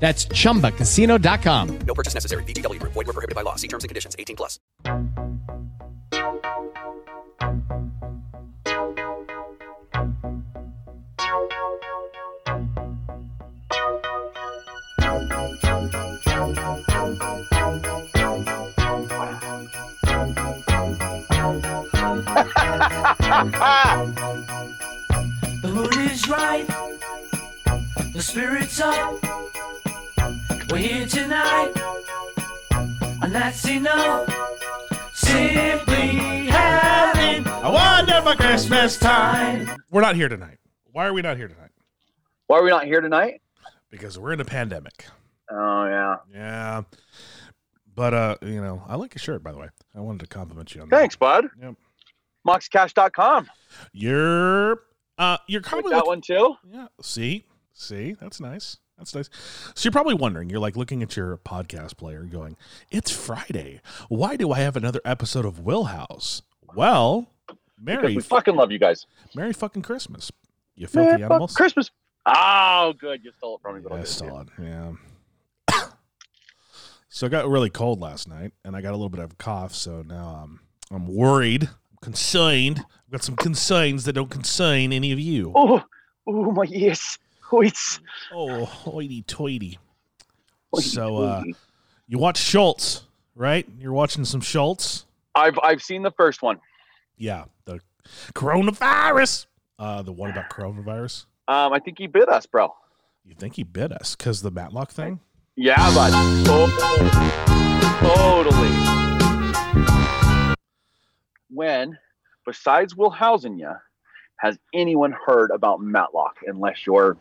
That's chumbacasino.com. No purchase necessary. VGW Group. Void were prohibited by law. See terms and conditions. 18 plus. The mood is right. The spirit's up. We're here tonight. And that's enough. Simply having A wonderful Christmas time. We're not here tonight. Why are we not here tonight? Why are we not here tonight? Because we're in a pandemic. Oh yeah. Yeah. But uh, you know, I like your shirt, by the way. I wanted to compliment you on Thanks, bud. Yep. Moxcash.com. that. You're uh you're Like probably that look- one too. Yeah. See? See? That's nice. That's nice. So you're probably wondering, you're like looking at your podcast player and going, It's Friday. Why do I have another episode of Will House? Well, Because Merry we fucking love you guys. Merry fucking Christmas. You filthy Man, fuck animals. Christmas. Oh, good. You stole it from me, but I'll Yeah, give it to you. solid. Yeah. so I got really cold last night, and I got a little bit of a cough. So now I'm I'm worried, concerned. I've got some concerns that don't concern any of you. Oh, oh my ears. Oh, it's. Oh, hoity toity. oh, it's- So uh, you watch Schultz, right? You're watching some Schultz. I've I've seen the first one. Yeah, the coronavirus. Uh, the one about coronavirus. Um, I think he bit us, bro. You think he bit us because the Matlock thing? Yeah, bud. Oh, totally. When, besides Wilhausen, ya, has anyone heard about Matlock unless you're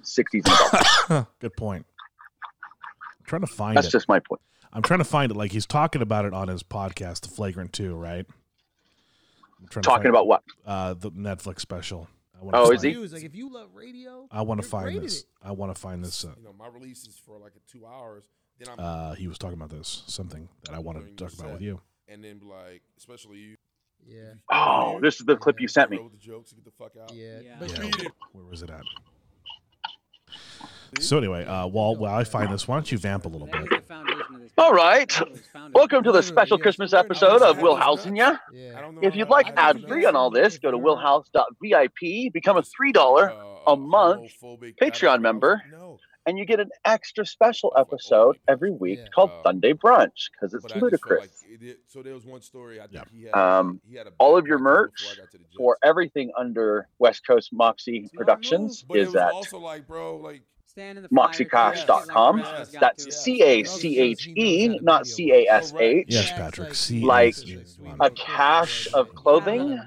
60s and above? Good point. I'm trying to find That's it. just my point. I'm trying to find it. Like he's talking about it on his podcast, The Flagrant Two, right? I'm trying to Talking find- about what? uh, the Netflix special. I wanna Oh, find is he? it. News, Like if you love radio, I want to you're find great at this. it. I want to find this. Uh, you know, my release is for like a two hours. Then I'm uh, he was talking about this something that I wanted to talk about with you. and then be like, especially you. Yeah, Oh, this is the clip you sent Go me. with the jokes and get the fuck out. yeah. Yeah. But Yeah. Where was it at? So anyway, uh, while while I find this, why don't you vamp a little That was bit? the foundation of this All right. Welcome to the Hmm, special Yes, Christmas we're- episode of Wilhausen, ya. I yeah. don't know If how- you'd like I don't ad know free how on all to this, go to willhouse.vip, become a $3, uh, a month homophobic Patreon advertising. member. No, and you get an extra special episode every week Yeah. called Uh, Sunday Brunch because but I just it's felt ludicrous. like it did- so there was one story. I think Yeah. he had. Um, he had a all of bad your night before merch I got to the Jets. For everything under West Coast Moxie not Productions But it is was at also like, bro, like Stand in the moxiecash.com. Yes. That's Yes. C A C H E, not C A S Yes, H, Patrick. See, Like a cache of clothing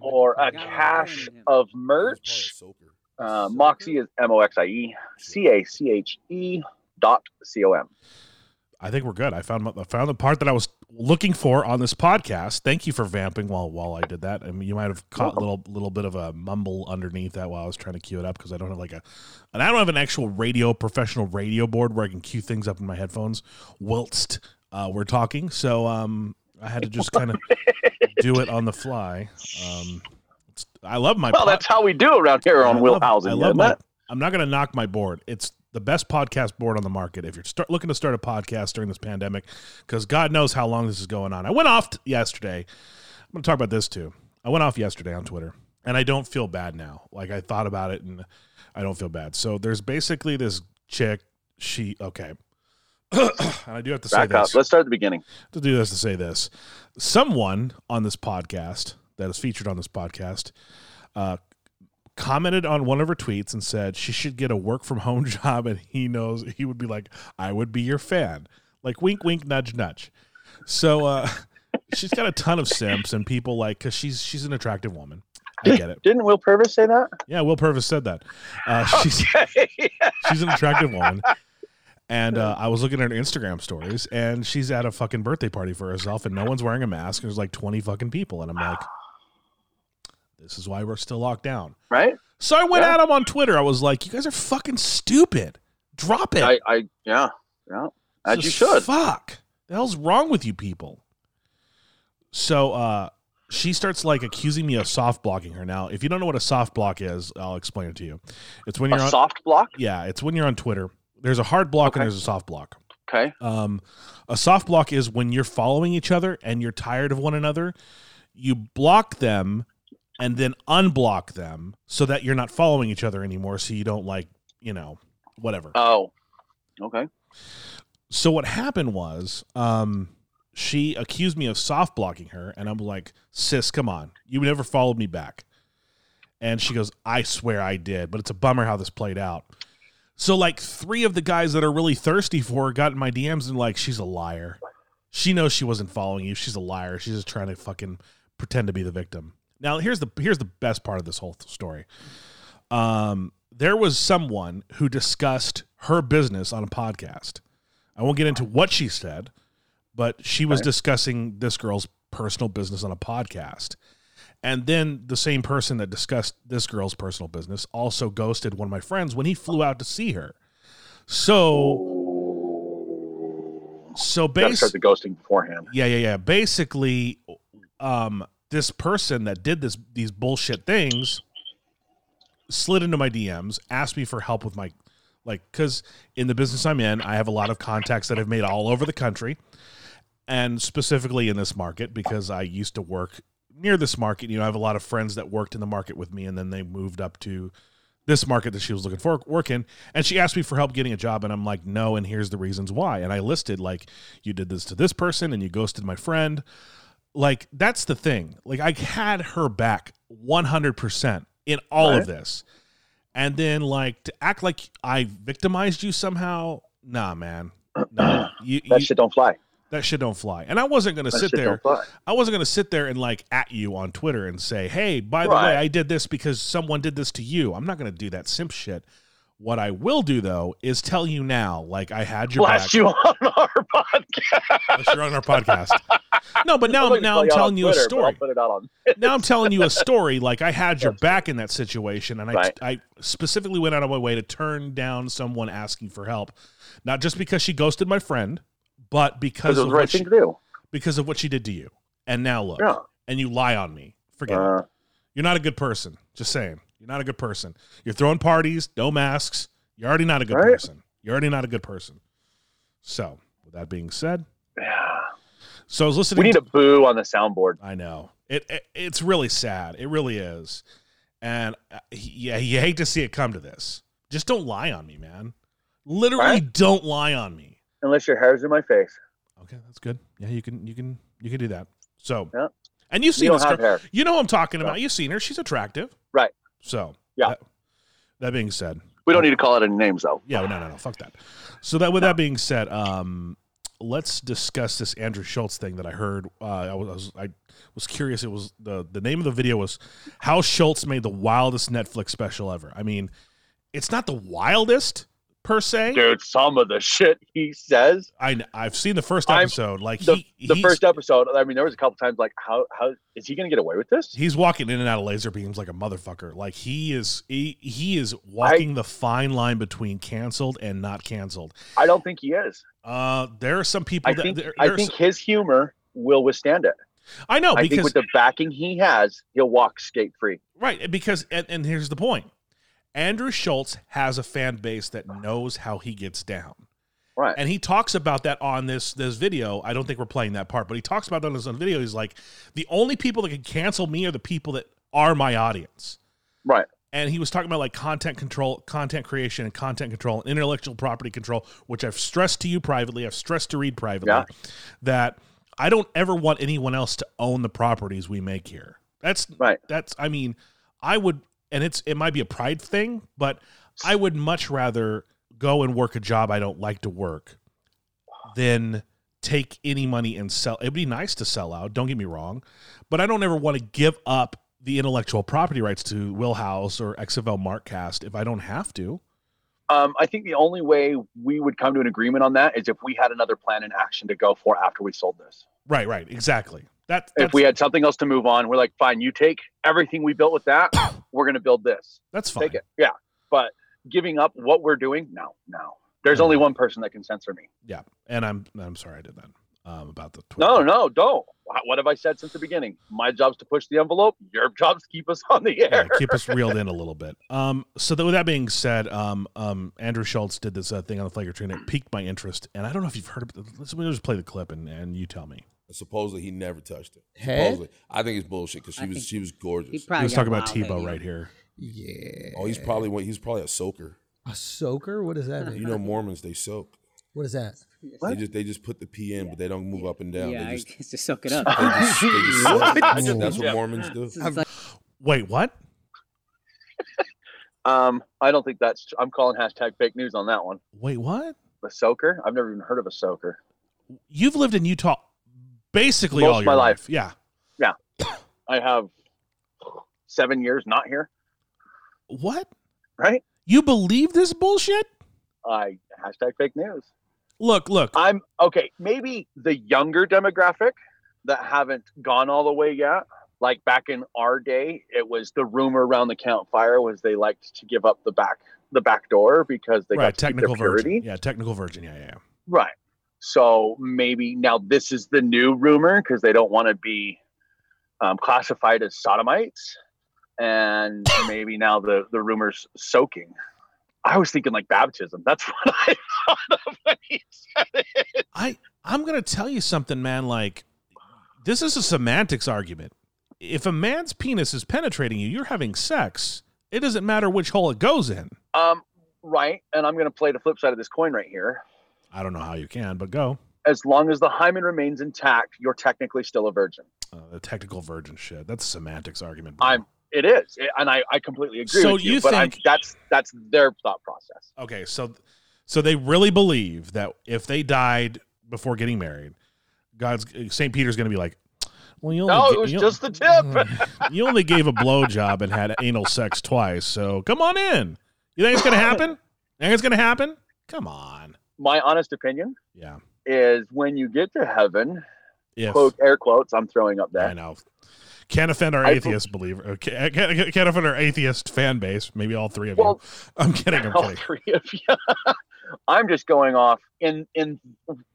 or a cache of merch. Soaker. Uh, Moxie is M O X I E, C A C H E dot C O M. I think we're good. I found I found the part that I was looking for on this podcast. Thank you for vamping while while I did that. I mean, you might have caught a little little bit of a mumble underneath that while I was trying to cue it up because I don't have like a and I don't have an actual radio professional radio board where I can cue things up in my headphones whilst uh, we're talking. So um, I had to just kind of do it on the fly. Um, it's- I love my Well, pod- that's how we do around here on I love- I Willhausen. love isn't my- it? I'm not going to knock my board. It's the best podcast board on the market. If you're start, looking to start a podcast during this pandemic, because God knows how long this is going on. I went off t- yesterday. I'm going to talk about this too. I went off yesterday on Twitter, and I don't feel bad now. Like I thought about it, and I don't feel bad. So there's basically this chick. She okay. and I do have to say Back up. this Let's start at the beginning. to do this to say this. Someone on this podcast that is featured on this podcast uh, commented on one of her tweets and said she should get a work from home job, and he knows he would be like, "I would be your fan." Like wink, wink, nudge, nudge. So uh, she's got a ton of simps and people like because she's she's an attractive woman. I get it. Didn't Will Purvis say that? Yeah, Will Purvis said that. Uh, she's she's an attractive woman. And uh, I was looking at her Instagram stories, and she's at a fucking birthday party for herself, and no one's wearing a mask, and there's like 20 fucking people. And I'm like, this is why we're still locked down. right? So I went Yeah. at him on Twitter. I was like, you guys are fucking stupid. Drop it. I, I, yeah, yeah. As Just you should. Fuck. The hell's wrong with you people? So uh she starts like accusing me of soft blocking her. Now, if you don't know what a soft block is, I'll explain it to you. It's when A you're on soft block. yeah, it's when you're on Twitter. There's a hard block Okay. and there's a soft block. Okay. Um, a soft block is when you're following each other and you're tired of one another. You block them and then unblock them so that you're not following each other anymore. So you don't like, you know, whatever. Oh. Okay. so what happened was, um, she accused me of soft blocking her, and I'm like, sis, come on, you never followed me back. And she goes, I swear I did, but it's a bummer how this played out. So like three of the guys that are really thirsty for her got in my DMs and like, she's a liar. She knows she wasn't following you. She's a liar. She's just trying to fucking pretend to be the victim. Now here's the here's the best part of this whole story. Um, there was someone who discussed her business on a podcast. I won't get into what she said, but she was discussing this girl's personal business on a podcast. And then the same person that discussed this girl's personal business also ghosted one of my friends when he flew out to see her. So, so Got to basically, start the ghosting beforehand. yeah, yeah, yeah. Basically, um, this person that did this these bullshit things slid into my DMs, asked me for help with my like cuz in the business I'm in, I have a lot of contacts that I've made all over the country and specifically in this market because I used to work near this market. You know, I have a lot of friends that worked in the market with me and then they moved up to this market that she was looking for work in and she asked me for help getting a job and i'm like no and here's the reasons why and i listed like you did this to this person and you ghosted my friend like that's the thing like i had her back 100% in all of this and then like to act like i victimized you somehow nah man nah you, That you- shit don't fly. that shit don't fly and i wasn't gonna That sit shit there don't fly. I wasn't going to sit there and like at you on Twitter and say, "Hey, by the way, Right. I did this because someone did this to you." I'm not going to do that simp shit. What I will do though is tell you now, like I had your Blast back. you on our podcast. Unless you're on our podcast. No, but now, I'm looking now for I'm y'all telling on you a Twitter, but I'll story. put it out on. Now I'm telling you a story. Like I had your back in that situation, and I Right. I specifically went out of my way to turn down someone asking for help, not just because she ghosted my friend, but because Because it of was the what right she, thing to do. because of what she did to you. And now look, Yeah. and you lie on me. Forget it. Uh, You're not a good person. Just saying. You're not a good person. You're throwing parties, no masks. You're already not a good Right. person. You're already not a good person. So, with that being said, so I was listening. we need to- a boo on the soundboard. I know it, it. It's really sad. It really is. And uh, yeah, you hate to see it come to this. Just don't lie on me, man. Literally, Right. don't lie on me. Unless your hair's in my face. Okay, that's good. Yeah, you can, you can, you can do that. So, Yeah. and you've You seen don't this. have girl. hair. You know who I'm talking Yeah. about. You've seen her. She's attractive. Right. So Yeah. That, that being said, We don't need to call out any names though. yeah, no, no, no, fuck that. So that with that being said, um, let's discuss this Andrew Schultz thing that I heard. Uh, I was I was curious. It was the the name of the video was how Schultz made the wildest Netflix special ever. I mean, it's not the wildest per se. Dude, some of the shit he says. I kn- I've seen the first I'm- episode. like The, he, the he's, first episode, I mean, there was a couple times like, how how is he gonna get away with this? He's walking in and out of laser beams like a motherfucker. Like he is, he, he is walking the fine line between canceled and not canceled. I don't think he is. Uh, there are some people I that think there, I there's- think his humor will withstand it. I know I think because with the backing he has, he'll walk skate free. Right, because and, and here's the point. Andrew Schultz has a fan base that knows how he gets down. Right. And he talks about that on this this video. I don't think we're playing that part, but he talks about that on his own video. He's like, the only people that can cancel me are the people that are my audience. right. and he was talking about like content control, content creation, and content control, and intellectual property control, which I've stressed to you privately. I've stressed to read privately Yeah. that I don't ever want anyone else to own the properties we make here. That's Right. That's I mean, I would, and it's it might be a pride thing, but I would much rather go and work a job I don't like to work than take any money and sell. It'd be nice to sell out. Don't get me wrong, but I don't ever want to give up the intellectual property rights to Will House or XFL Markcast if I don't have to. Um, I think the only way we would come to an agreement on that is if we had another plan in action to go for after we sold this. Right, right, exactly. That, that's if we had something else to move on, we're like, fine, you take everything we built with that. we're going to build this. that's fine. Take it. Yeah. But giving up what we're doing, no, no. There's only one person that can censor me. Yeah, and I'm I'm sorry I did that um, about the Twitter. No, no, don't. Wh- What have I said since the beginning? My job's to push the envelope. Your job's to keep us on the Yeah, air. keep us reeled in a little bit. Um, so that, with that being said, um, um, Andrew Schultz did this uh, thing on the Flagger train. It piqued my interest, and I don't know if you've heard of it. Let's, we'll just play the clip, and, and you tell me. Supposedly he never touched her. Head? Supposedly, I think it's bullshit because I she was think she was gorgeous. He probably He was got talking about wild hair, Tebow yeah. right here. Yeah. oh, he's probably one- he's probably a soaker. A soaker? What does that mean? You know, Mormons they soak. What is that? They just they just put the P in, but they don't move up and down. Yeah, they I just, guess just soak it up. they just, they just soak. I just- That's yeah. what Mormons do. It's like, Wait, what? Um, I don't think that's. tr- I'm calling hashtag fake news on that one. Wait, what? The soaker? I've never even heard of a soaker. You've lived in Utah basically Most all of your my life. life. Yeah. I have seven years not here, What? right? You believe this bullshit? I hashtag fake news. Look, look. I'm okay. Maybe the younger demographic that haven't gone all the way yet. Like back in our day, it was the rumor around the campfire was they liked to give up the back the back door because they right, got to keep technical their purity. virgin. Yeah, technical virgin. Yeah, yeah. yeah. Right. So maybe now this is the new rumor because they don't want to be um, classified as sodomites, and maybe now the the rumors soaking. I was thinking like baptism. That's what I thought of when he said it. I I'm gonna tell you something, man. Like this is a semantics argument. If a man's penis is penetrating you, you're having sex. It doesn't matter which hole it goes in. Um, right. And I'm going to play the flip side of this coin right here. I don't know how you can, but go. As long as the hymen remains intact, you're technically still a virgin. Uh, the technical virgin shit. That's a semantics argument. bro. I'm. It is, It- and I, I completely agree So with you. you but I'm, think- that's that's their thought process. okay. So so they really believe that if they died before getting married, God's St. Peter's gonna be like, well, you only No, ga- it was you- just the tip. you only gave a blowjob and had anal sex twice, so come on in. You think it's gonna happen? You think it's gonna happen? Come on. My honest opinion Yeah. is when you get to heaven, If quote air quotes, I'm throwing up I there. know. Can't offend our I- atheist believer. uh, Can't, can't, can't offend our atheist fan base. Maybe all three of Well- you. I'm kidding. I'm All kidding. three of you. I'm just going off in in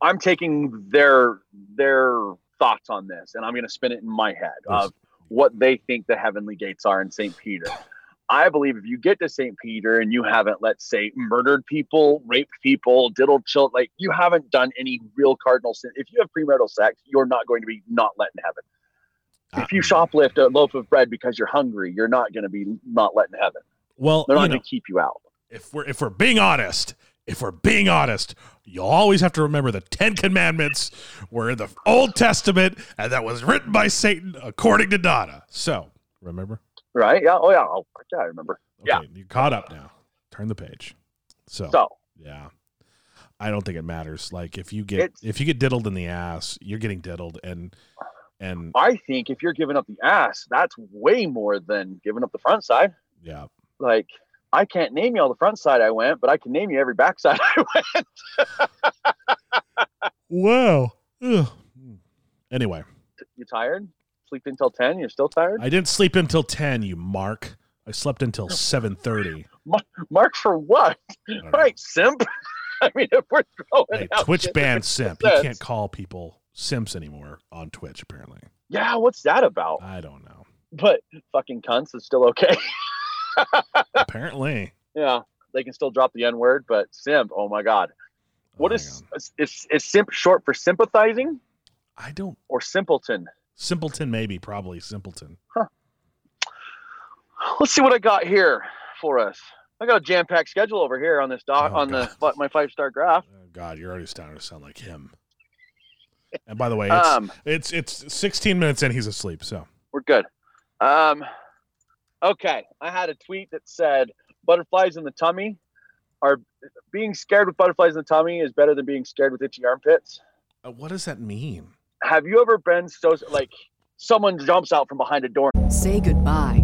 I'm taking their their thoughts on this and I'm gonna spin it in my head Yes. of what they think the heavenly gates are in St. Peter. I believe if you get to St. Peter and you haven't, let's say, murdered people, raped people, diddled children, like you haven't done any real cardinal sin. If you have premarital sex, you're not going to be not let in heaven. Uh, if you shoplift a loaf of bread because you're hungry, you're not going to be not let in heaven. Well, They're you not know, going to keep you out. if we're if we're being honest, if we're being honest, you always have to remember the Ten Commandments were in the Old Testament, and that was written by Satan according to Donna. So remember. Right? Yeah. Oh, yeah. Oh, yeah. I remember. Okay, Yeah. You're caught up now. Turn the page. So. So Yeah. I don't think it matters. Like if you get It's- if you get diddled in the ass, you're getting diddled and and I think if you're giving up the ass, that's way more than giving up the front side. yeah. Like, I can't name you all the front side I went, but I can name you every backside I went. Wow. Ugh. Anyway, You tired? Sleeped until 10. You're still tired? I didn't sleep until 10, you mark. I slept until 7:30. Mark for what? I don't know. Right, simp. I mean, if we're throwing Hey, out Twitch shit that banned makes simp. no You sense. can't call people simps anymore on Twitch apparently. Yeah, what's that about? I don't know. But fucking cunts is still okay. Apparently. yeah, they can still drop the N word, but simp. Oh my god, what Oh, is hang on. is is simp short for sympathizing I don't or simpleton? simpleton maybe probably simpleton. Let's see what I got here for us. I got a jam-packed schedule over here on this doc Oh, on God. the my five-star graph. Oh, God, you're already starting to sound like him. And by the way, it's, Um, it's it's 16 minutes in, he's asleep. So we're good. Um, okay, I had a tweet that said butterflies in the tummy are being scared with butterflies in the tummy is better than being scared with itchy armpits. uh, what does that mean? Have you ever been so like someone jumps out from behind a door? Say goodbye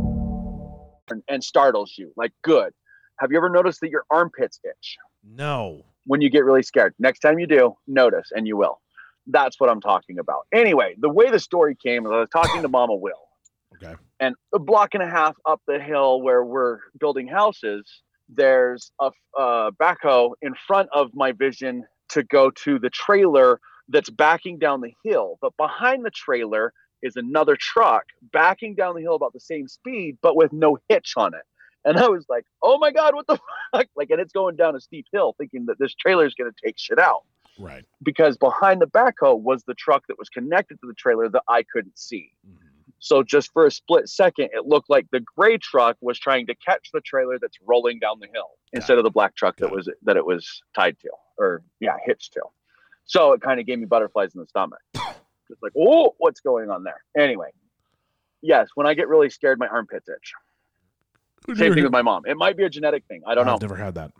and, and startles you. Like, good. Have you ever noticed that your armpits itch No. when you get really scared? Next time you do, notice and you will. That's what I'm talking about. Anyway, the way the story came is I was talking to Mama Will. Okay. And a block and a half up the hill where we're building houses, there's a uh, backhoe in front of my vision to go to the trailer that's backing down the hill. But behind the trailer is another truck backing down the hill about the same speed, but with no hitch on it. And I was like, oh my God, what the fuck? Like, and it's going down a steep hill thinking that this trailer is going to take shit out Right. because behind the backhoe was the truck that was connected to the trailer that I couldn't see. So just for a split second, it looked like the gray truck was trying to catch the trailer that's rolling down the hill instead of the black truck that Got it. was that it was tied to or yeah hitched to. So it kind of gave me butterflies in the stomach. just like oh, what's going on there? Anyway, yes, when I get really scared, my armpits itch. Same thing with my mom. It might be a genetic thing. I don't know. I've never had that.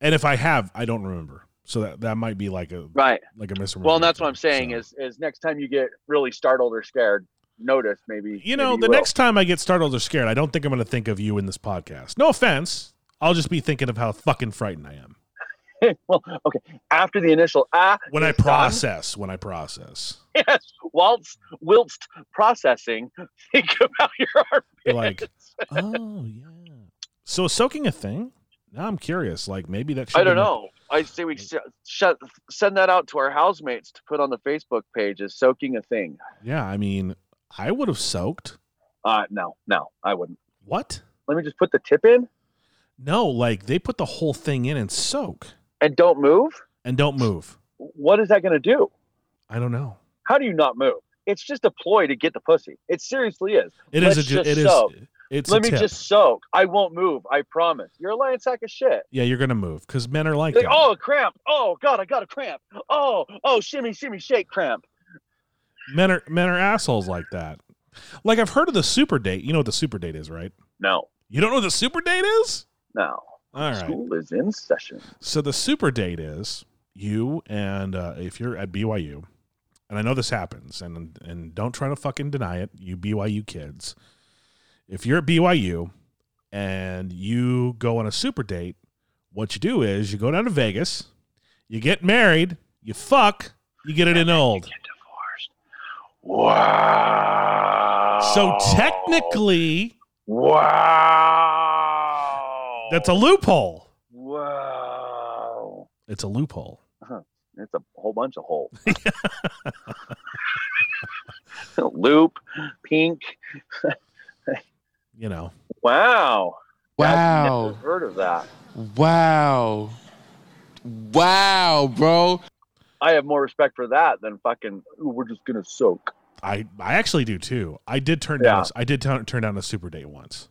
And if I have, I don't remember. So that, that might be like a right. like a misremember. Well, and that's what I'm saying is is next time you get really startled or scared, notice maybe you know, maybe the will. next time I get startled or scared, I don't think I'm going to think of you in this podcast. No offense. I'll just be thinking of how fucking frightened I am well, okay. After the initial ah, when I is done, process. When I process, yes, whilst whilst processing, think about your arm. You're like, oh yeah. So is soaking a thing? Now I'm curious. Like maybe that. I should've don't been- know. I say we Mm. sh- shut, send that out to our housemates to put on the Facebook page as soaking a thing. Yeah, I mean, I would have soaked. Uh no, no, I wouldn't. What? Let me just put the tip in No, like they put the whole thing in and soak and don't move. and don't move. What is that going to do? I don't know. How do you not move? It's just a ploy to get the pussy. It seriously is. It is Let's a. Ju- just it is. soak. It's Let a me tip. just soak. I won't move. I promise. You're a lying sack of shit. Yeah, you're gonna move because men are like, Like, that. oh, cramp. Oh, God, I got a cramp. Oh, oh, shimmy, shimmy, shake, cramp. Men are men are assholes like that. Like I've heard of the super date. You know what the super date is, right? No, You don't know what the super date is? no. All right. School is in session. So the super date is you and uh, if you're at BYU, and I know this happens, and and don't try to fucking deny it, you BYU kids. If you're at BYU and you go on a super date, what you do is you go down to Vegas, you get married, you fuck, you get it in old. Divorced. Wow. So technically, Wow. that's a loophole. Wow. It's a loophole. It's a whole bunch of holes. Loop, pink. You know, Wow. I've Wow. never heard of that. Wow. Wow, bro. I have more respect for that than fucking, "Ooh, we're just going to soak. I I actually do too. I did turn Yeah. down. A, I did turn turn down a super date once.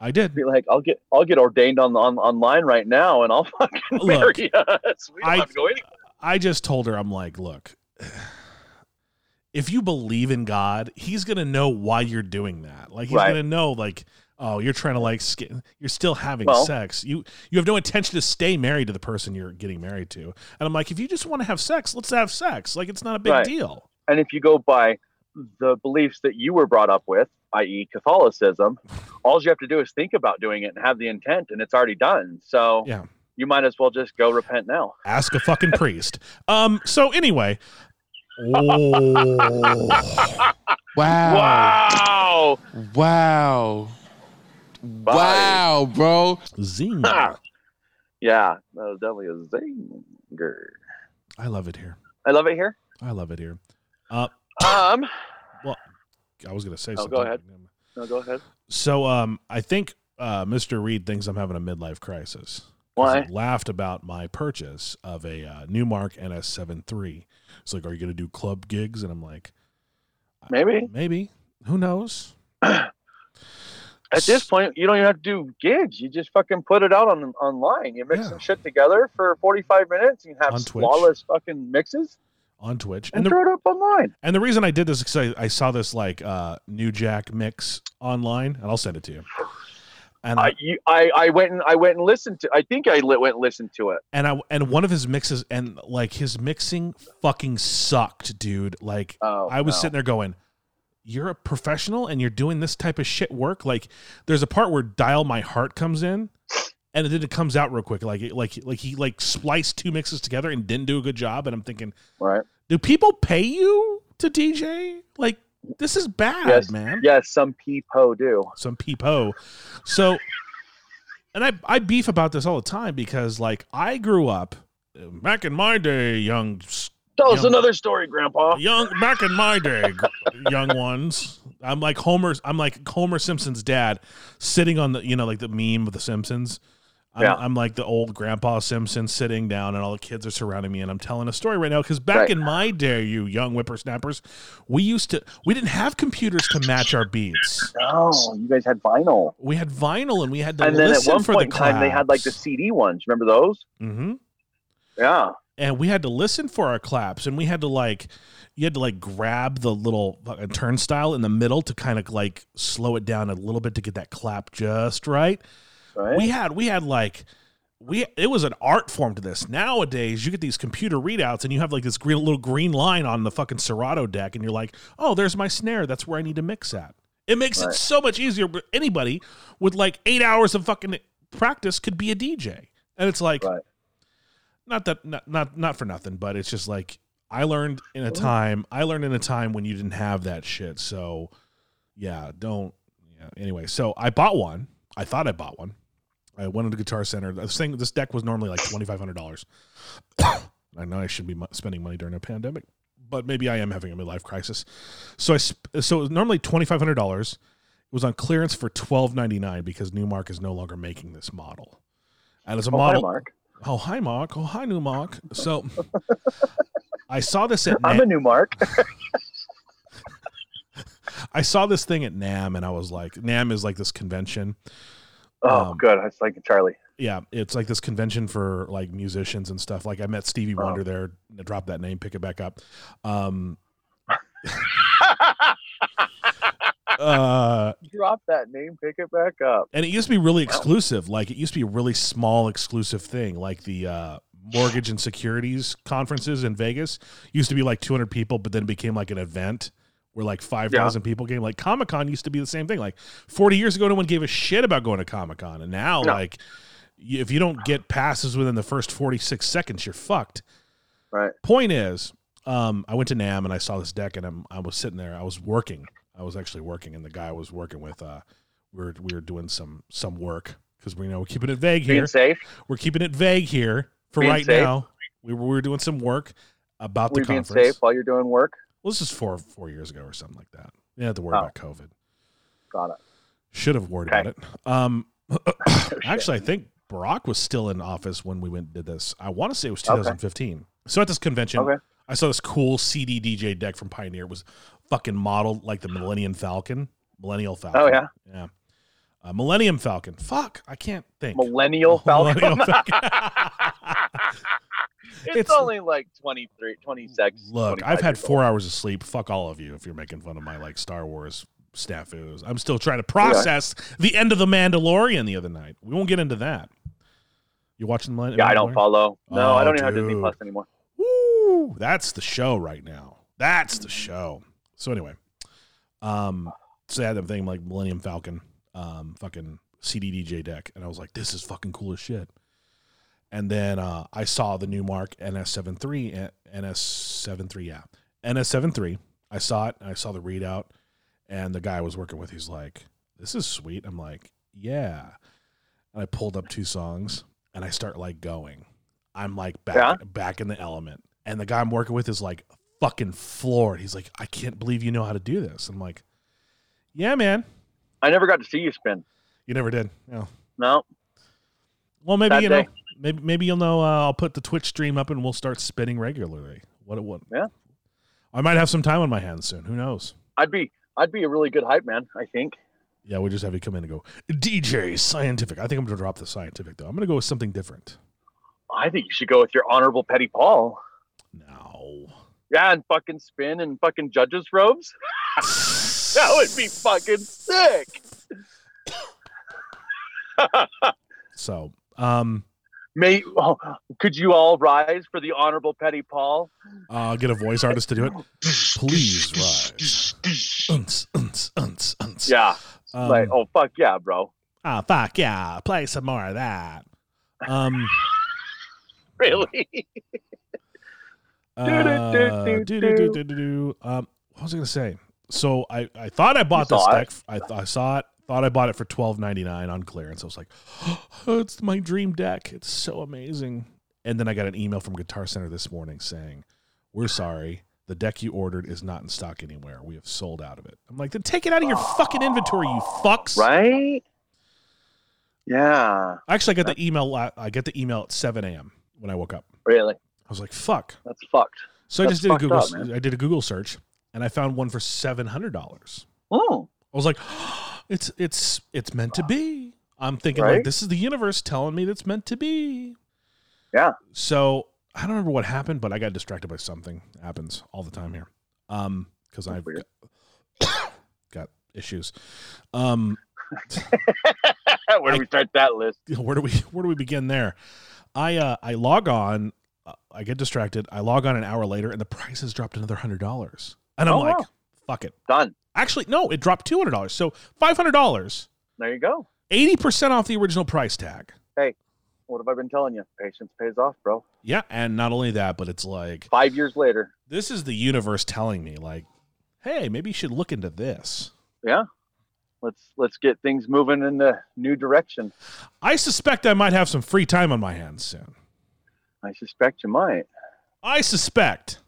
I did. be like, I'll get I'll get ordained on on online right now, and I'll fucking Look, marry us. We don't I- have to go anywhere. I just told her, I'm like, look, if you believe in God, He's gonna know why you're doing that. Like He's Right. gonna know, like, oh, you're trying to like, sk- you're still having Well- sex. You you have no intention to stay married to the person you're getting married to. And I'm like, if you just want to have sex, let's have sex. Like it's not a big Right. deal. And if you go by the beliefs that you were brought up with, i.e., Catholicism, all you have to do is think about doing it and have the intent, and it's already done. So Yeah. you might as well just go repent now. Ask a fucking priest. Um. So anyway. Oh. Wow. Wow, Wow. Wow. Bye. Wow, bro. Zing. Ah. Yeah, that was definitely a zinger. I love it here. I love it here. I love it here. Uh, Um, I was gonna say Oh, something. go ahead. no, go ahead. So, um, I think uh, Mr. Reed thinks I'm having a midlife crisis. 'Cause Why? He laughed about my purchase of a uh, Newmark NS7 III. It's like, are you gonna do club gigs? And I'm like, Maybe maybe. Who knows? at this point you don't even have to do gigs. You just fucking put it out on online. You mix Yeah. some shit together for forty five minutes and have On Twitch. flawless fucking mixes On Twitch. and, And the, throw it up online. and the reason I did this is 'cause I, I saw this like uh, New Jack mix online, and I'll send it to you. And I, you, I I went and I went and listened to. I think I li- went and listened to it. and I and one of his mixes and like his mixing fucking sucked, dude. Like Oh, I was no. sitting there going, "You're a professional and you're doing this type of shit work." Like there's a part where "Dial My Heart" comes in, and then it comes out real quick. Like it, like like he like spliced two mixes together and didn't do a good job. And I'm thinking, Right? do people pay you to DJ? Like this is bad, yes, man. Yes, some people do. Some peepo. So, and I I beef about this all the time because like I grew up back in my day, young Tell us Yum. another story, Grandpa. young back in my day young ones i'm like homer's i'm like homer simpson's dad sitting on the you know like the meme of the simpsons I'm, Yeah. I'm like the old grandpa simpson sitting down and all the kids are surrounding me and i'm telling a story right now because back Right. in my day you young whippersnappers we used to we didn't have computers to match our beats Oh, you guys had vinyl. we had vinyl and we had to And then at listen one for point in the time, they had like the claps. CD ones. Remember those? Mhm. Yeah. and we had to listen for our claps and we had to like you had to like grab the little fucking turnstile in the middle to kind of like slow it down a little bit to get that clap just right Right. we had we had like we it was an art form to this nowadays you get these computer readouts and you have like this green little green line on the fucking serato deck and you're like oh there's my snare that's where i need to mix at it makes it Right. so much easier but anybody with like eight hours of fucking practice could be a dj and it's like Right. not that not, not not for nothing but it's just like i learned in a time i learned in a time when you didn't have that shit so yeah don't yeah. anyway so i bought one i thought i bought one I went to Guitar Center. This thing, this deck was normally like twenty five hundred dollars. I know I should be mo- spending money during a pandemic, but maybe I am having a midlife crisis. So I sp- so it was normally twenty five hundred dollars. It was on clearance for twelve ninety nine because Newmark is no longer making this model. And as a Oh, hi, model, Mark. oh hi Mark, oh hi Newmark. So I saw this at I'm Na- a new Mark. I saw this thing at Nam, and I was like, Nam is like this convention Oh, Um, good. It's like Charlie. yeah, it's like this convention for like musicians and stuff. Like I met Stevie Wow. Wonder there. Drop that name, pick it back up. Um, uh, Drop that name. Pick it back up. and it used to be really exclusive. Like it used to be a really small exclusive thing. Like the uh, mortgage and securities conferences in Vegas used to be like 200 people, but then it became like an event where like 5,000 people came. Like Comic Con used to be the same thing. Like 40 years ago, no one gave a shit about going to Comic Con, and now No. like you, if you don't get passes within the first 46 seconds, you're fucked. Right. Point is, um, I went to Nam and I saw this deck, and I'm, I was sitting there. I was working. I was actually working, and the guy I was working with, uh, we were we were doing some some work because we know we're keeping it vague Being here. safe. We're keeping it vague here for Being right safe. now. We were, we were doing some work about We the being conference. safe while you're doing work. Well, this is four four years ago or something like that. You didn't have to worry Oh. about COVID. Got it. Should have worried about it. Um, Oh, actually, I think Barack was still in office when we went and did this. I want to say it was Okay. 2015. So at this convention, Okay. I saw this cool CD DJ deck from Pioneer. It was fucking modeled like the Millennium Falcon, Millennial Falcon. Oh, yeah. yeah. Uh, Millennium Falcon. Fuck, I can't think. Millennial Falcon. Millennium Falcon. it's, It's- only like 23, 26. Look, 25 I've had years four old. hours of sleep. Fuck all of you if you're making fun of my like Star Wars snafus. I'm still trying to process the end of the Mandalorian the other night. We won't get into that. You watching the Mandalorian? Yeah, I don't follow. No, I Oh, don't even have Disney dude. Plus anymore. Woo! That's the show right now. That's the show. So anyway, um, so they had that thing like Millennium Falcon, um, fucking CDDJ deck, and I was like, this is fucking cool as shit. And then uh, I saw the new Mark NS73, eh, NS73, yeah, NS73. I saw it, and I saw the readout, and the guy I was working with, he's like, this is sweet. I'm like, yeah. And I pulled up two songs and I start like going. I'm like back Yeah? back in the element. And the guy I'm working with is like fucking floored. He's like, I can't believe you know how to do this. I'm like, Yeah, man. I never got to see you spin. You never did. No. No, Well, maybe That you know. day. Maybe maybe you'll know. Uh, I'll put the Twitch stream up and we'll start spinning regularly. What what? Yeah. I might have some time on my hands soon. Who knows? I'd be I'd be a really good hype man. I think. Yeah, we just have you come in and go DJ scientific. I think I'm gonna drop the scientific though. I'm gonna go with something different. I think you should go with your honorable petty Paul. No. Yeah, and fucking spin and fucking judges robes. that would be fucking sick. So um, May oh, could you all rise for the honorable petty Paul? I'll uh, get a voice artist to do it. Please rise. Unts, unts, unts, unts. Yeah. Um, like oh fuck yeah, bro. Ah, fuck yeah. Play some more of that. Um. Really? Uh, Do-do-do-do-do. do-do-do-do-do-do. Um, what was I gonna say? So I, I thought I bought You this saw deck. I, th- I saw it. Thought I bought it for twelve ninety nine on clearance. I was like, oh, it's my dream deck. It's so amazing. And then I got an email from Guitar Center this morning saying, "We're sorry, the deck you ordered is not in stock anywhere. We have sold out of it." I'm like, "Then take it out of your fucking inventory, you fucks!" right? Yeah. Actually, I got the email. la- I get the email at seven a.m. when I woke up. Really? I was like, "Fuck." That's fucked. So I That's just did a fucked Google. up, man. I did a Google search, and I found one for seven hundred dollars. Oh. I was like, "It's it's it's meant to be." I'm thinking like, Right? "This is the universe telling me that's meant to be." Yeah. So I don't remember what happened, but I got distracted by something. happens all the time here, um, because I've weird. got- got issues. Um, Where do we start that list? where do we where do we begin there? I uh, I log on, uh, I get distracted. I log on an hour later, and the price has dropped another hundred dollars. And I'm Oh, like, wow. "Fuck it." Done. Actually, no, it dropped two hundred dollars. So five hundred dollars, There you go. eighty percent off the original price tag. What have I been telling you? Patience pays off, bro. Yeah, and not only that, but it's like Five years later. this is the universe telling me, like, hey, maybe you should look into this. Yeah. Let's let's get things moving in the new direction. I suspect I might have some free time on my hands soon. I suspect you might. I suspect.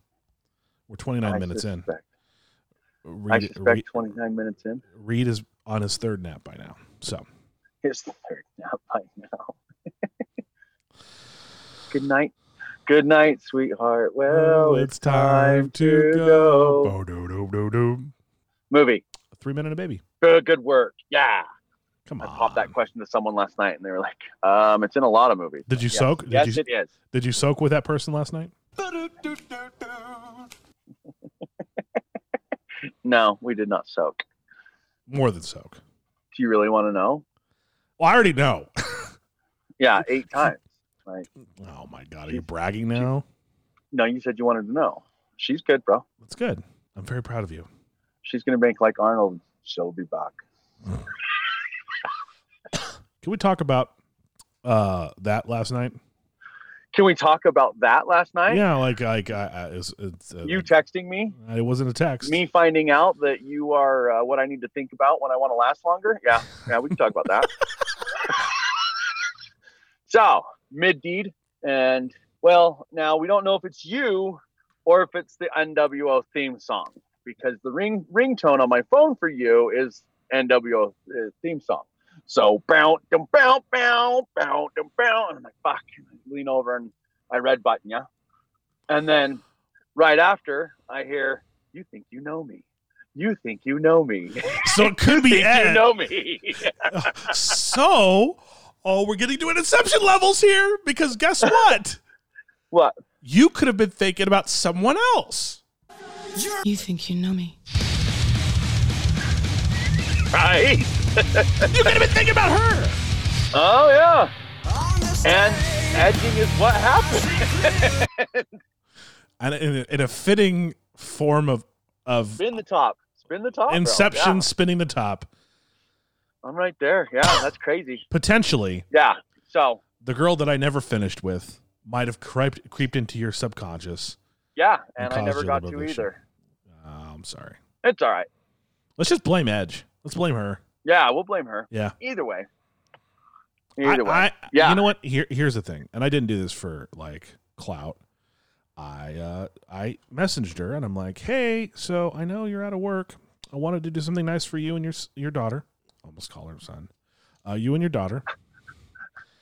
We're twenty nine I minutes suspect. in. I Reed, suspect Reed, 29 minutes in. Reed is on his third nap by now. So It's the third now by now. Good night. Good night, sweetheart. Well, it's time to go. Bo-do-do-do-do. Movie. Three minute and a baby. Good, good work. Yeah. Come I on. popped that question to someone last night, and they were like, um, "It's in a lot of movies." Did you Yes. soak? Did yes, you- it is. Did you soak with that person last night? No, we did not soak. More than soak. Do you really want to know? Well, I already know. Yeah, eight times. Like, Oh my god, are you bragging now? no, you said you wanted to know. She's good, bro. That's good. I'm very proud of you. She's gonna make like Arnold. She'll be back. Can we talk about uh that last night? Can we talk about that last night? yeah, like like I, I it's, it's uh, You texting me, it wasn't a text. me finding out that you are uh, what I need to think about when I want to last longer. Yeah, yeah, we can talk about that. so, mid deed, and well, now we don't know if it's you or if it's the NWO theme song because the ring ringtone on my phone for you is NWO uh, theme song. So bounce, dum, bounce, bounce, bounce, dum, bounce, and I'm like, fuck, lean over and I red button yeah, and then right after I hear, "You think you know me? You think you know me? So it could be Ed. you know me?" so oh, we're getting to interception levels here because guess what? what? you could have been thinking about someone else. You think you know me? Right? You could have been thinking about her. Oh yeah. And edging is what happened. And in a, in a fitting form of of Spin the top. Spin the top. bro. inception Yeah. spinning the top, I'm right there. Yeah, that's crazy. potentially Yeah. So the girl that I never finished with might have crept creeped into your subconscious. yeah, It and I caused never you got the to revolution. either. Oh, I'm sorry. It's all right. Let's just blame Edge. Let's blame her. Yeah, we'll blame her. Yeah. Either way, I, Either way. I- Yeah. You know what? Here, here's the thing, and I didn't do this for like clout. I uh, I messaged her and I'm like, hey, so I know you're out of work. I wanted to do something nice for you and your s- your daughter. Almost call her son. Uh, you and your daughter.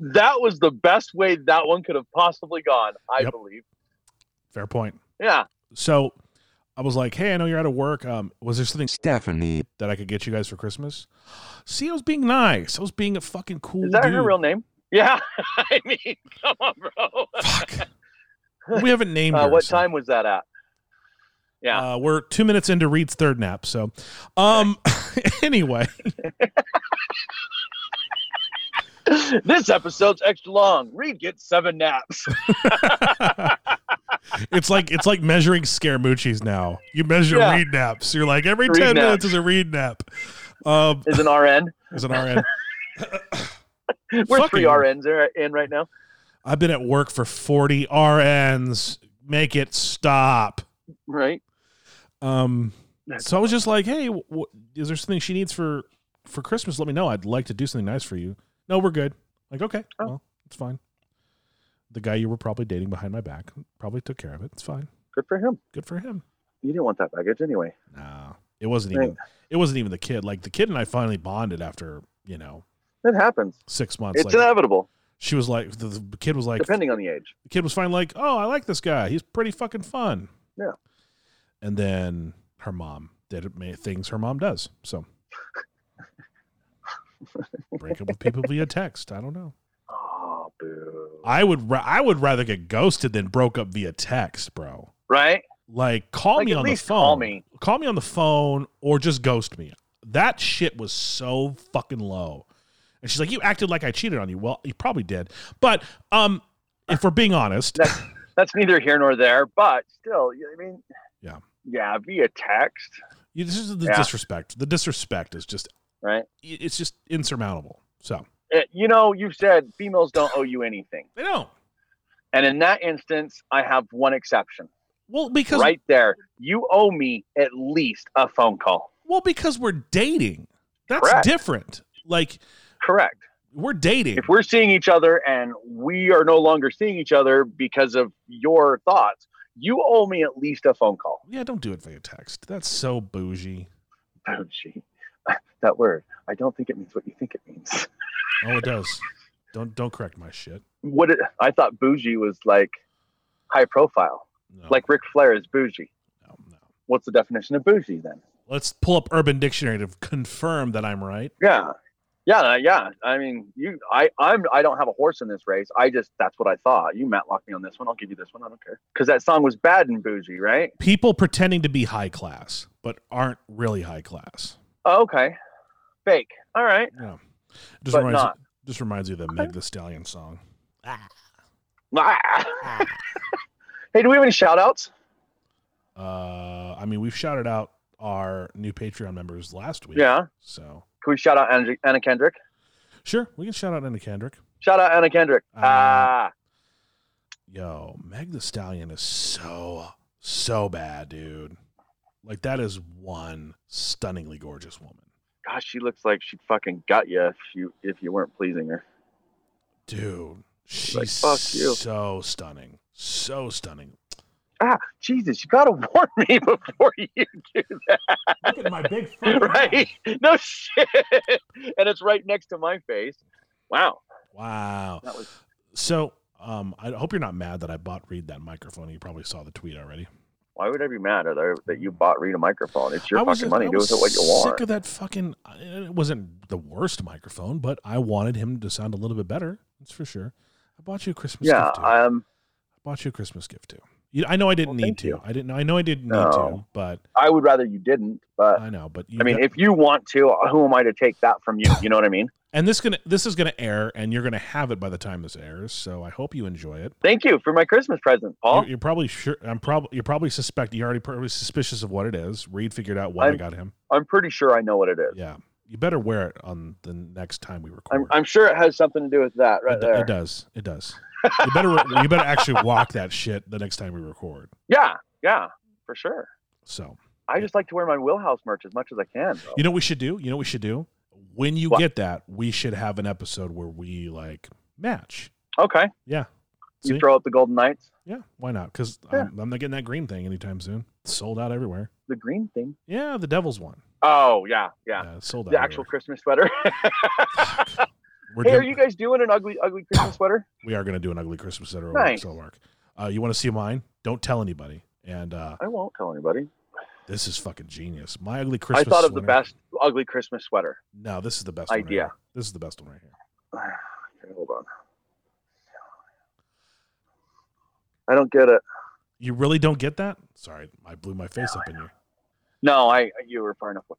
that was the best way that one could have possibly gone, I Yep. believe. Fair point. Yeah. So I was like, hey, I know you're out of work. Um, was there something Stephanie that I could get you guys for Christmas? See, I was being nice. I was being a fucking cool. Is that dude. her real name? Yeah. I mean, come on, bro. We haven't named Uh, her. what so- time was that at? Yeah. Uh, we're two minutes into Reed's third nap. So, um, anyway, this episode's extra long. Reed gets seven naps. it's like it's like measuring Scaramucci's now. You measure Yeah. Reed naps. You're like every Reed ten naps. minutes is a Reed nap. Um, Is an RN. is an RN. We're Fucking- three RNs are in right now. I've been at work for forty RNs. Make it stop. Right. Um, so I was just like, hey, wh- wh- is there something she needs for for Christmas? Let me know. I'd like to do something nice for you. No, we're good. Like, okay, Oh. well, it's fine. The guy you were probably dating behind my back probably took care of it. It's fine. Good for him. Good for him. You didn't want that baggage anyway. Nah, it wasn't Right. even. It wasn't even the kid. Like the kid and I finally bonded after you know It happens. six months. like, It's inevitable, she was like the, the kid was like depending on the age. the kid was fine. Like, oh, I like this guy. He's pretty fucking fun. Yeah. And then her mom did ma- things her mom does. So break up with people via text. I don't know. Oh, boo. I would ra- I would rather get ghosted than broke up via text, bro. Right? Like call Like, me at on the least phone. call me. Call me on the phone or just ghost me. That shit was so fucking low. And she's like, "You acted like I cheated on you." Well, you probably did. But um if we're being honest, That's that's neither here nor there, but still, you know what I mean, Yeah. yeah, via text, You- this is the Yeah. disrespect. The disrespect is just right? i- it's just insurmountable. So Eh, you know, you said females don't owe you anything, they don't. and in that instance, I have one exception. Well, because right there, you owe me at least a phone call. well because we're dating. That's Correct. different. Like Correct. we're dating. If we're seeing each other and we are no longer seeing each other because of your thoughts, you owe me at least a phone call. yeah, don't do it via text. That's so bougie. Oh, gee. That word, I don't think it means what you think it means. Oh, it does. Don't don't correct my shit. What it, I thought bougie was like high profile, No. like Ric Flair is bougie. no, no. What's the definition of bougie then? Let's pull up Urban Dictionary to confirm that I'm right. Yeah, yeah, uh, yeah. I mean, you, I, I'm, I don't have a horse in this race. I just that's what I thought. You matlocked me on this one. I'll give you this one. I don't care because that song was bad and bougie, right? People pretending to be high class but aren't really high class. Oh, okay, fake. All right. Yeah. Just But reminds not. just reminds you of the Meg the Stallion song. Ah. hey, do we have any shout outs? Uh, I mean, we've shouted out our new Patreon members last week. Yeah. So Can we shout out Anna, Anna Kendrick? sure, we can shout out Anna Kendrick. Shout out Anna Kendrick. Uh, Ah, Yo, Meg the Stallion is so so bad, dude. Like that is one stunningly gorgeous woman, gosh, she looks like she'd fucking gut you if you if you weren't pleasing her. dude. She's like, "Fuck you." so stunning, so stunning. ah, Jesus, you got to warn me before you do that. Look at my big Right? No shit. and it's right next to my face. Wow. Wow. That was So um, I hope you're not mad that I bought Reed that microphone. You probably saw the tweet already. why would I be mad at her that you bought Reed a microphone? It's your I was fucking just- money. I Do with was it what you want. Sick of that fucking. It wasn't the worst microphone, but I wanted him to sound a little bit better. That's for sure. I bought you a Christmas yeah. gift too. Um, I bought you a Christmas gift too. You, I know I didn't need to. I didn't. I know I didn't need to. No. But I would rather you didn't, but I know. But I mean, Uh, got- if you want to, uh, who am I to take that from you? You know what I mean? and this gonna this is gonna air, and you're gonna have it by the time this airs. So I hope you enjoy it. Thank you for my Christmas present, Paul. You're, you're probably sure. I'm probably you're probably suspect. You're already probably suspicious of what it is. Reed figured out what I I'm- got him. I'm pretty sure I know what it is. Yeah. You better wear it on the next time we record. I'm, I'm sure it has something to do with that right It, there. it does. It does. You better you better actually walk that shit the next time we record. Yeah, yeah, for sure. So I just like to wear my wheelhouse merch as much as I can. though. you know what we should do. You know what we should do. When you What? get that, we should have an episode where we like match. okay. Yeah. You See? throw out the Golden Knights. Yeah. Why not? Because I'm, I'm not getting that green thing anytime soon. It's sold out everywhere. The green thing. Yeah, the Devil's one. Oh yeah, yeah. sold the out actual Christmas sweater. We're hey, doing- are you guys doing an ugly, ugly Christmas sweater? We are going to do an ugly Christmas dinner Nice. over at Mark. Uh, you want to see mine? Don't tell anybody. And uh, I won't tell anybody. This is fucking genius. My ugly Christmas. I thought of the sweater- best ugly Christmas sweater. No, this is the best One right Idea. here. This is the best one right here. Okay, hold on. I don't get it. You really don't get that? Sorry, I blew my face up in you. No, I you were far enough. away.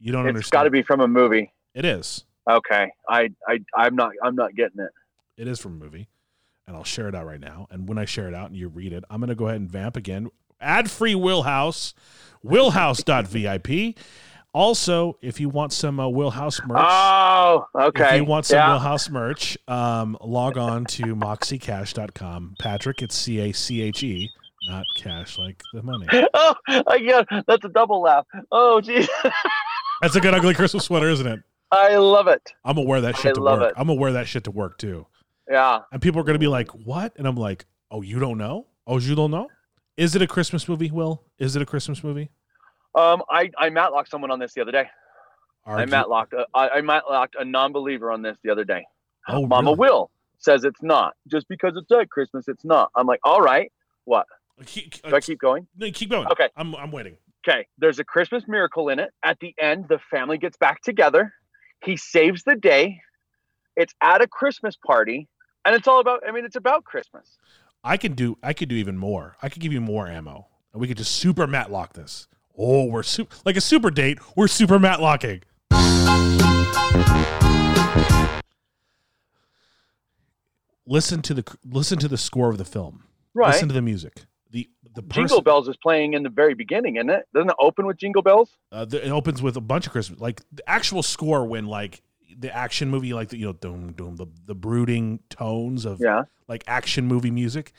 You don't It's got to understand. be from a movie. It is. Okay, I, I, I'm not, I'm not getting it. It is from a movie, and I'll share it out right now. And when I share it out and you read it, I'm gonna go ahead and vamp again. Ad free Willhouse, Willhouse.vip. Also, if you want some uh, Willhouse merch, Oh, okay. If you want some Yeah. Willhouse merch, um, log on to moxiecash.com. Patrick, it's C A C H E, not cash like the money. Oh, I got that's a double laugh. Oh, geez, That's a good ugly Christmas sweater, isn't it? I love it. I'm gonna wear that I shit to love work. it. I'm gonna wear that shit to work too. Yeah, And people are gonna be like, "What?" And I'm like, "Oh, you don't know? Oh, you don't know? Is it a Christmas movie? Will is it a Christmas movie? um, I, I matlocked someone on this the other day. Are I you- matlocked, a, I, I matlocked a non-believer on this the other day. Oh, Mama really? Will says it's not just because it's at Christmas. It's not. I'm like, all right, what? Do I keep going? No, keep going. Okay. I'm I'm waiting. Okay, there's a Christmas miracle in it. At the end, the family gets back together. He saves the day. It's at a Christmas party, and it's all about. I mean, it's about Christmas. I can do. I could do even more. I could give you more ammo, and we could just super matlock this. Oh, we're super like a super date. We're super matlocking. Listen to the listen to the score of the film. Right. Listen to the music. The the Jingle person, Bells is playing in the very beginning, isn't it? Doesn't it open with Jingle Bells? uh, the, it opens with a bunch of Christmas, like the actual score when like the action movie, like the you know doom doom the the brooding tones of Yeah. like action movie music.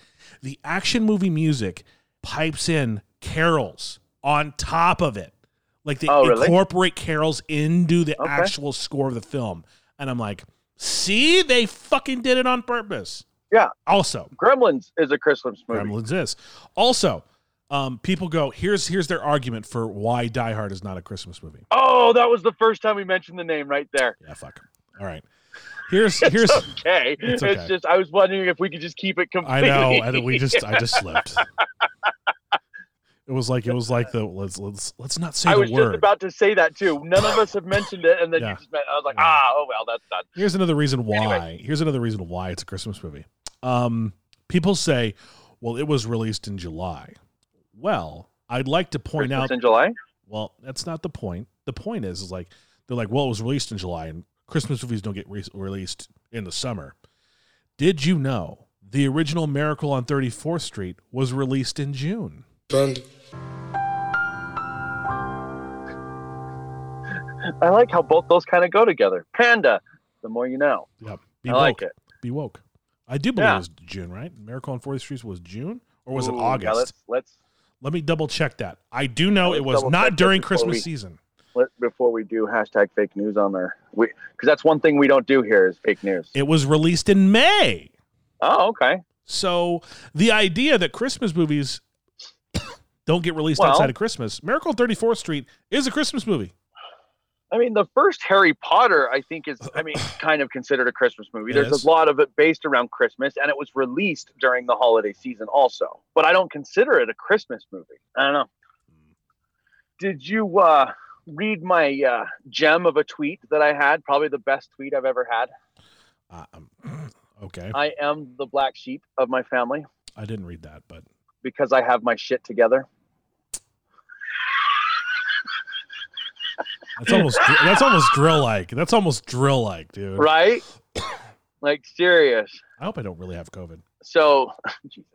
The action movie music pipes in carols on top of it, like they Oh, really? incorporate carols into the actual score of the film, and I'm like, see, they fucking did it on purpose. Yeah. Also, Gremlins is a Christmas movie. Gremlins is. Also, um, people go here's here's their argument for why Die Hard is not a Christmas movie. Oh, that was the first time we mentioned the name right there. Yeah, fuck. All right. Here's here's Okay, It's it's, okay. just I was wondering if we could just keep it I completely. know, and we just I just slipped. It was like it was like the let's let's let's not say I the was word. just about to say that too. None of us have mentioned it, and then Yeah. you just, I was like, ah, oh well, that's done. Here's another reason why. Here's another reason why it's a Christmas movie. Um, people say, "Well, it was released in July." Well, I'd like to point Christmas out in July? Well, that's not the point. The point is, is like they're like, "Well, it was released in July," and Christmas movies don't get re- released in the summer. Did you know the original Miracle on 34th Street was released in June? I like how both those kind of go together. Panda, the more you know. Yep. I like woke. it. Be woke. I do believe Yeah. it was June, right? Miracle on 40th Street was June, or was it Ooh, yeah, August? let's let's Let me double check that. I do know it was double check not that during before Christmas we- season. let, before we do hashtag fake news on there, because that's one thing we don't do here is fake news. It was released in May. Oh, okay. So the idea that Christmas movies don't get released Well- outside of Christmas, Miracle on 34th Street is a Christmas movie. I mean, the first Harry Potter, I think, is, I mean, kind of considered a Christmas movie. There's Yes. a lot of it based around Christmas, and it was released during the holiday season also. But I don't consider it a Christmas movie. I don't know. Did you uh, read my uh, gem of a tweet that I had? Probably the best tweet I've ever had. Uh, um, Okay. I, I am the black sheep of my family didn't read that, but because I have my shit together. that's almost that's almost drill like. That's almost drill like, dude. Right? like, serious. I hope I don't really have COVID. so Jesus.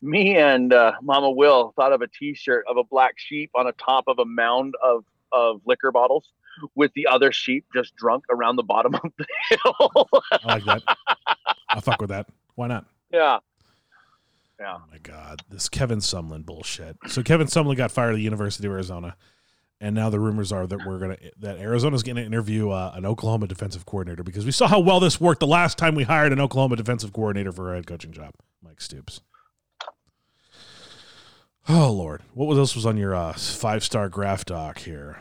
me and uh, mama will thought of a t-shirt of a black sheep on the top of a mound of of liquor bottles with the other sheep just drunk around the bottom of the hill I like that. I'll fuck with that. Why not? yeah yeah my God, this Kevin Sumlin bullshit. So Kevin Sumlin got fired at the University of Arizona, and now the rumors are that we're gonna that Arizona's gonna interview uh, an Oklahoma defensive coordinator because we saw how well this worked the last time we hired an Oklahoma defensive coordinator for a head coaching job, Mike Stoops. Oh Lord, what was- else was on your uh, five star graph doc here?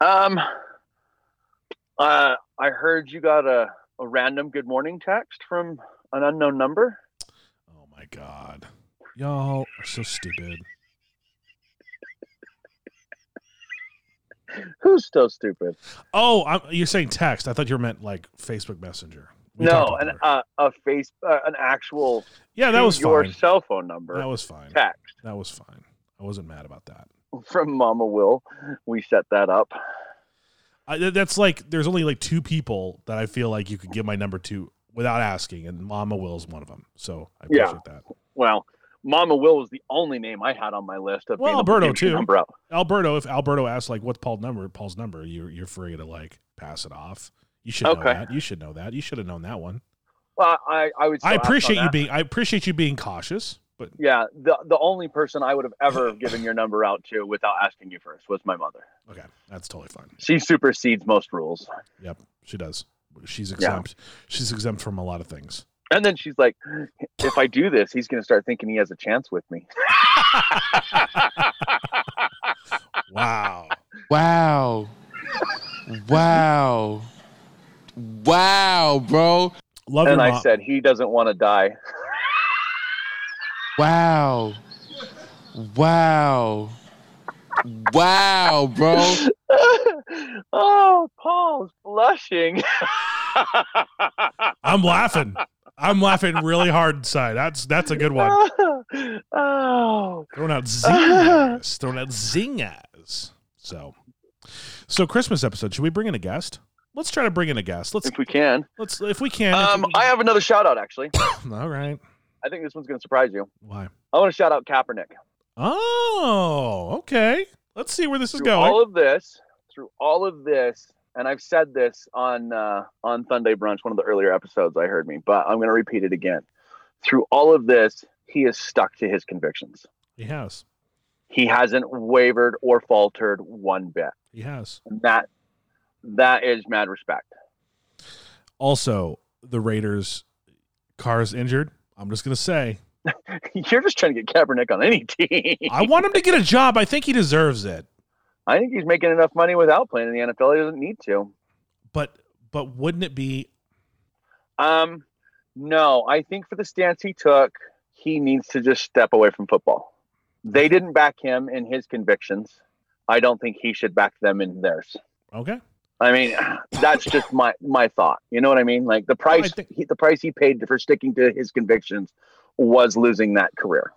um uh i heard you got a, a random good morning text from an unknown number Oh my God, y'all are so stupid. who's so stupid Oh, I'm, you're saying text? I thought you meant like Facebook Messenger. We talked no about an that. uh, a face uh, an actual Yeah, that to was your fine. cell phone number that was fine. text That was fine. I wasn't mad about that. from Mama Will. We set that up. I, th- that's like there's only like two people that I feel like you could give my number to without asking, and Mama Will is one of them. So I Yeah. appreciate that. Well, Mama Will was the only name I had on my list of being Well, able to Alberto give your too. Number out. Alberto, if Alberto asks like what's Paul's number, Paul's number, you're you're free to like pass it off. You should know Okay. that. You should know that. You should have known that one. Well, I I would. still I ask on appreciate you that. being I appreciate you being cautious, but Yeah, the the only person I would have ever given your number out to without asking you first was my mother. okay, that's totally fine. She supersedes most rules. Yep, she does. She's Yeah. exempt. She's exempt from a lot of things. And then she's like, "If I do this, he's going to start thinking he has a chance with me." Wow. Wow. Wow. Wow, bro. Love and I said, "He doesn't want to die." Wow. Wow. Wow, bro. oh, Paul's blushing. I'm laughing. I'm laughing really hard inside. That's that's a good one. oh, Throwing out zingers. throwing out zingers. So, so Christmas episode. Should we bring in a guest? Let's try to bring in a guest. Let's if we can. Let's if we can. if Um, I have another shout out actually. we- all right. I think this one's going to surprise you. Why? I want to shout out Kaepernick. Oh, okay. Let's see where this is Through all going. of this, through all of this, and I've said this on uh, on Sunday brunch, one of the earlier episodes. I heard me, but I'm going to repeat it again. Through all of this, he is stuck to his convictions. He has. He hasn't wavered or faltered one bit. He has. And that that is mad respect. Also, the Raiders. Car's injured. I'm just gonna say. You're just trying to get Kaepernick on any team. I want him to get a job. I think he deserves it. I think he's making enough money without playing in the NFL. He doesn't need to. But but wouldn't it be Um, no, I think for the stance he took, he needs to just step away from football. They didn't back him in his convictions. I don't think he should back them in theirs. okay? I mean, that's just my my thought. You know what I mean? Like the price he, the price he paid for sticking to his convictions was losing that career,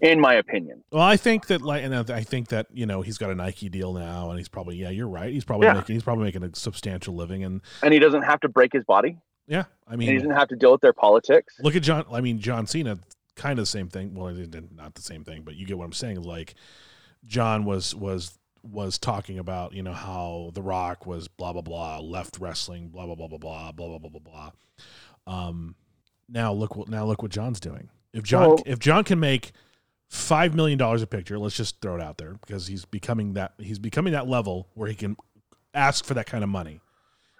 in my opinion. Well, I think that like, and I think that you know he's got a Nike deal now, and he's probably yeah, you're right. He's probably Yeah. making he's probably making a substantial living, and And he doesn't have to break his body. yeah, I and he mean, doesn't have to deal with their politics. look at John. I mean, John Cena, kind of the same thing. Well, it didn't- not the same thing, but you get what I'm saying. Like, John was was was talking about you know how The Rock was blah blah blah left wrestling blah blah blah blah blah blah blah blah blah blah. Um, now look what now look what John's doing. If John Well- if John can make five million dollars a picture, let's just throw it out there because he's becoming that he's becoming that level where he can ask for that kind of money.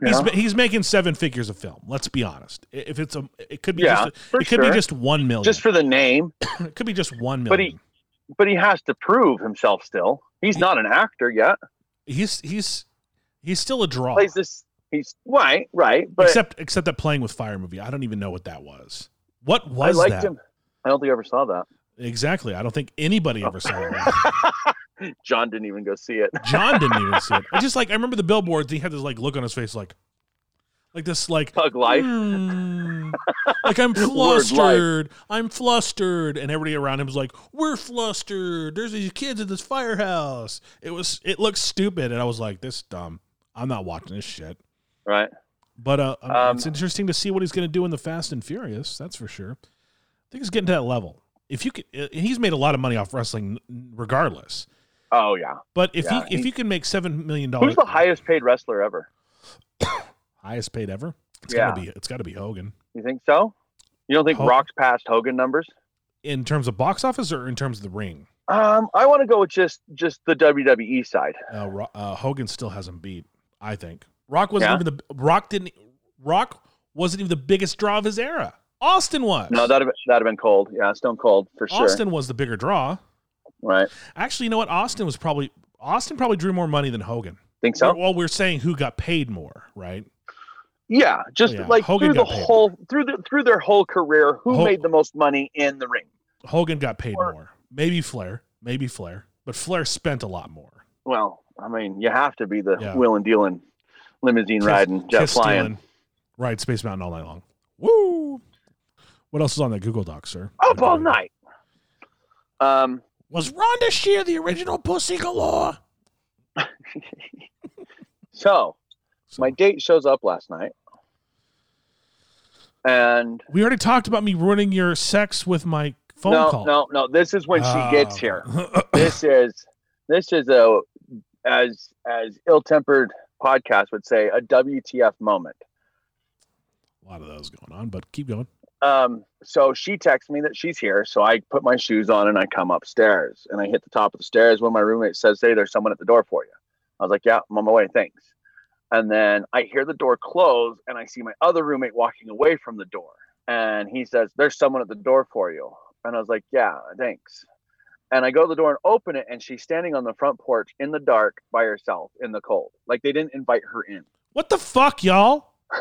He's, Yeah. ma- he's making seven figures a film. Let's be honest. I- If it's a, it could be Yeah, just a, for it could sure. be just one million. Just for the name. it could be just one million. But he, but he has to prove himself still. He's not an actor yet. He's he's he's still a draw. Plays this. He's right, right. But except except that playing with fire movie. I don't even know what that was. What was I liked that? him. I don't think I ever saw that. Exactly. I don't think anybody ever saw that. John didn't even go see it. John didn't even see it. I just like I remember the billboards. He had this like look on his face, like like this like Pug life. "Hmm." like I'm Word life. flustered. I'm flustered, and everybody around him was like, "We're flustered." There's these kids at this firehouse. It was it looked stupid, and I was like, "This is dumb. I'm not watching this shit." Right. But uh, I mean, Um, it's interesting to see what he's going to do in the Fast and Furious. That's for sure. I think he's getting to that level. If you could, uh, he's made a lot of money off wrestling, regardless. Oh yeah. But if Yeah, he if he- you can make seven million dollars, Who's the highest paid wrestler ever? highest paid ever, it's gotta Yeah. be it's gotta be Hogan You think so? You don't think Ho- Rock's past Hogan numbers? in terms of box office or in terms of the ring. Um, I want to go with just just the WWE side. Uh, Ro- uh, Hogan still hasn't beat. I think Rock wasn't Yeah. even the Rock didn't Rock wasn't even the biggest draw of his era. Austin was. No, that'd have, that'd have been cold. Yeah, Stone Cold for sure. Austin was the bigger draw. Right. Actually, you know what? Austin was probably Austin probably drew more money than Hogan. Think so? Well, we're saying who got paid more, right? Yeah, just Oh, yeah. like Hogan through the got paid. whole through the through their whole career, who Ho- made the most money in the ring? Hogan got paid more. Maybe Flair. Maybe Flair. But Flair spent a lot more. Well, I mean, you have to be the Yeah. wheel and dealing, limousine riding, jet Kiss flying. stealing. Ride Space Mountain all night long. Woo! What else is on that Google Doc, sir? Up all night. Um, Was Rhonda Shear the original pussy galore? so, my date shows up last night, and We already talked about me ruining your sex with my phone no, call. no, no. This is when Oh. she gets here. this is this is a as as ill-tempered podcast would say a WTF moment. A lot of those going on, but keep going. Um, so she texts me that she's here. So I put my shoes on and I come upstairs and I hit the top of the stairs when my roommate says, Hey, there's someone at the door for you. I was like, Yeah, I'm on my way. Thanks. And then I hear the door close and I see my other roommate walking away from the door. And he says, There's someone at the door for you. And I was like, Yeah, thanks. And I go to the door and open it. And she's standing on the front porch in the dark by herself in the cold. Like they didn't invite her in. What the fuck, y'all?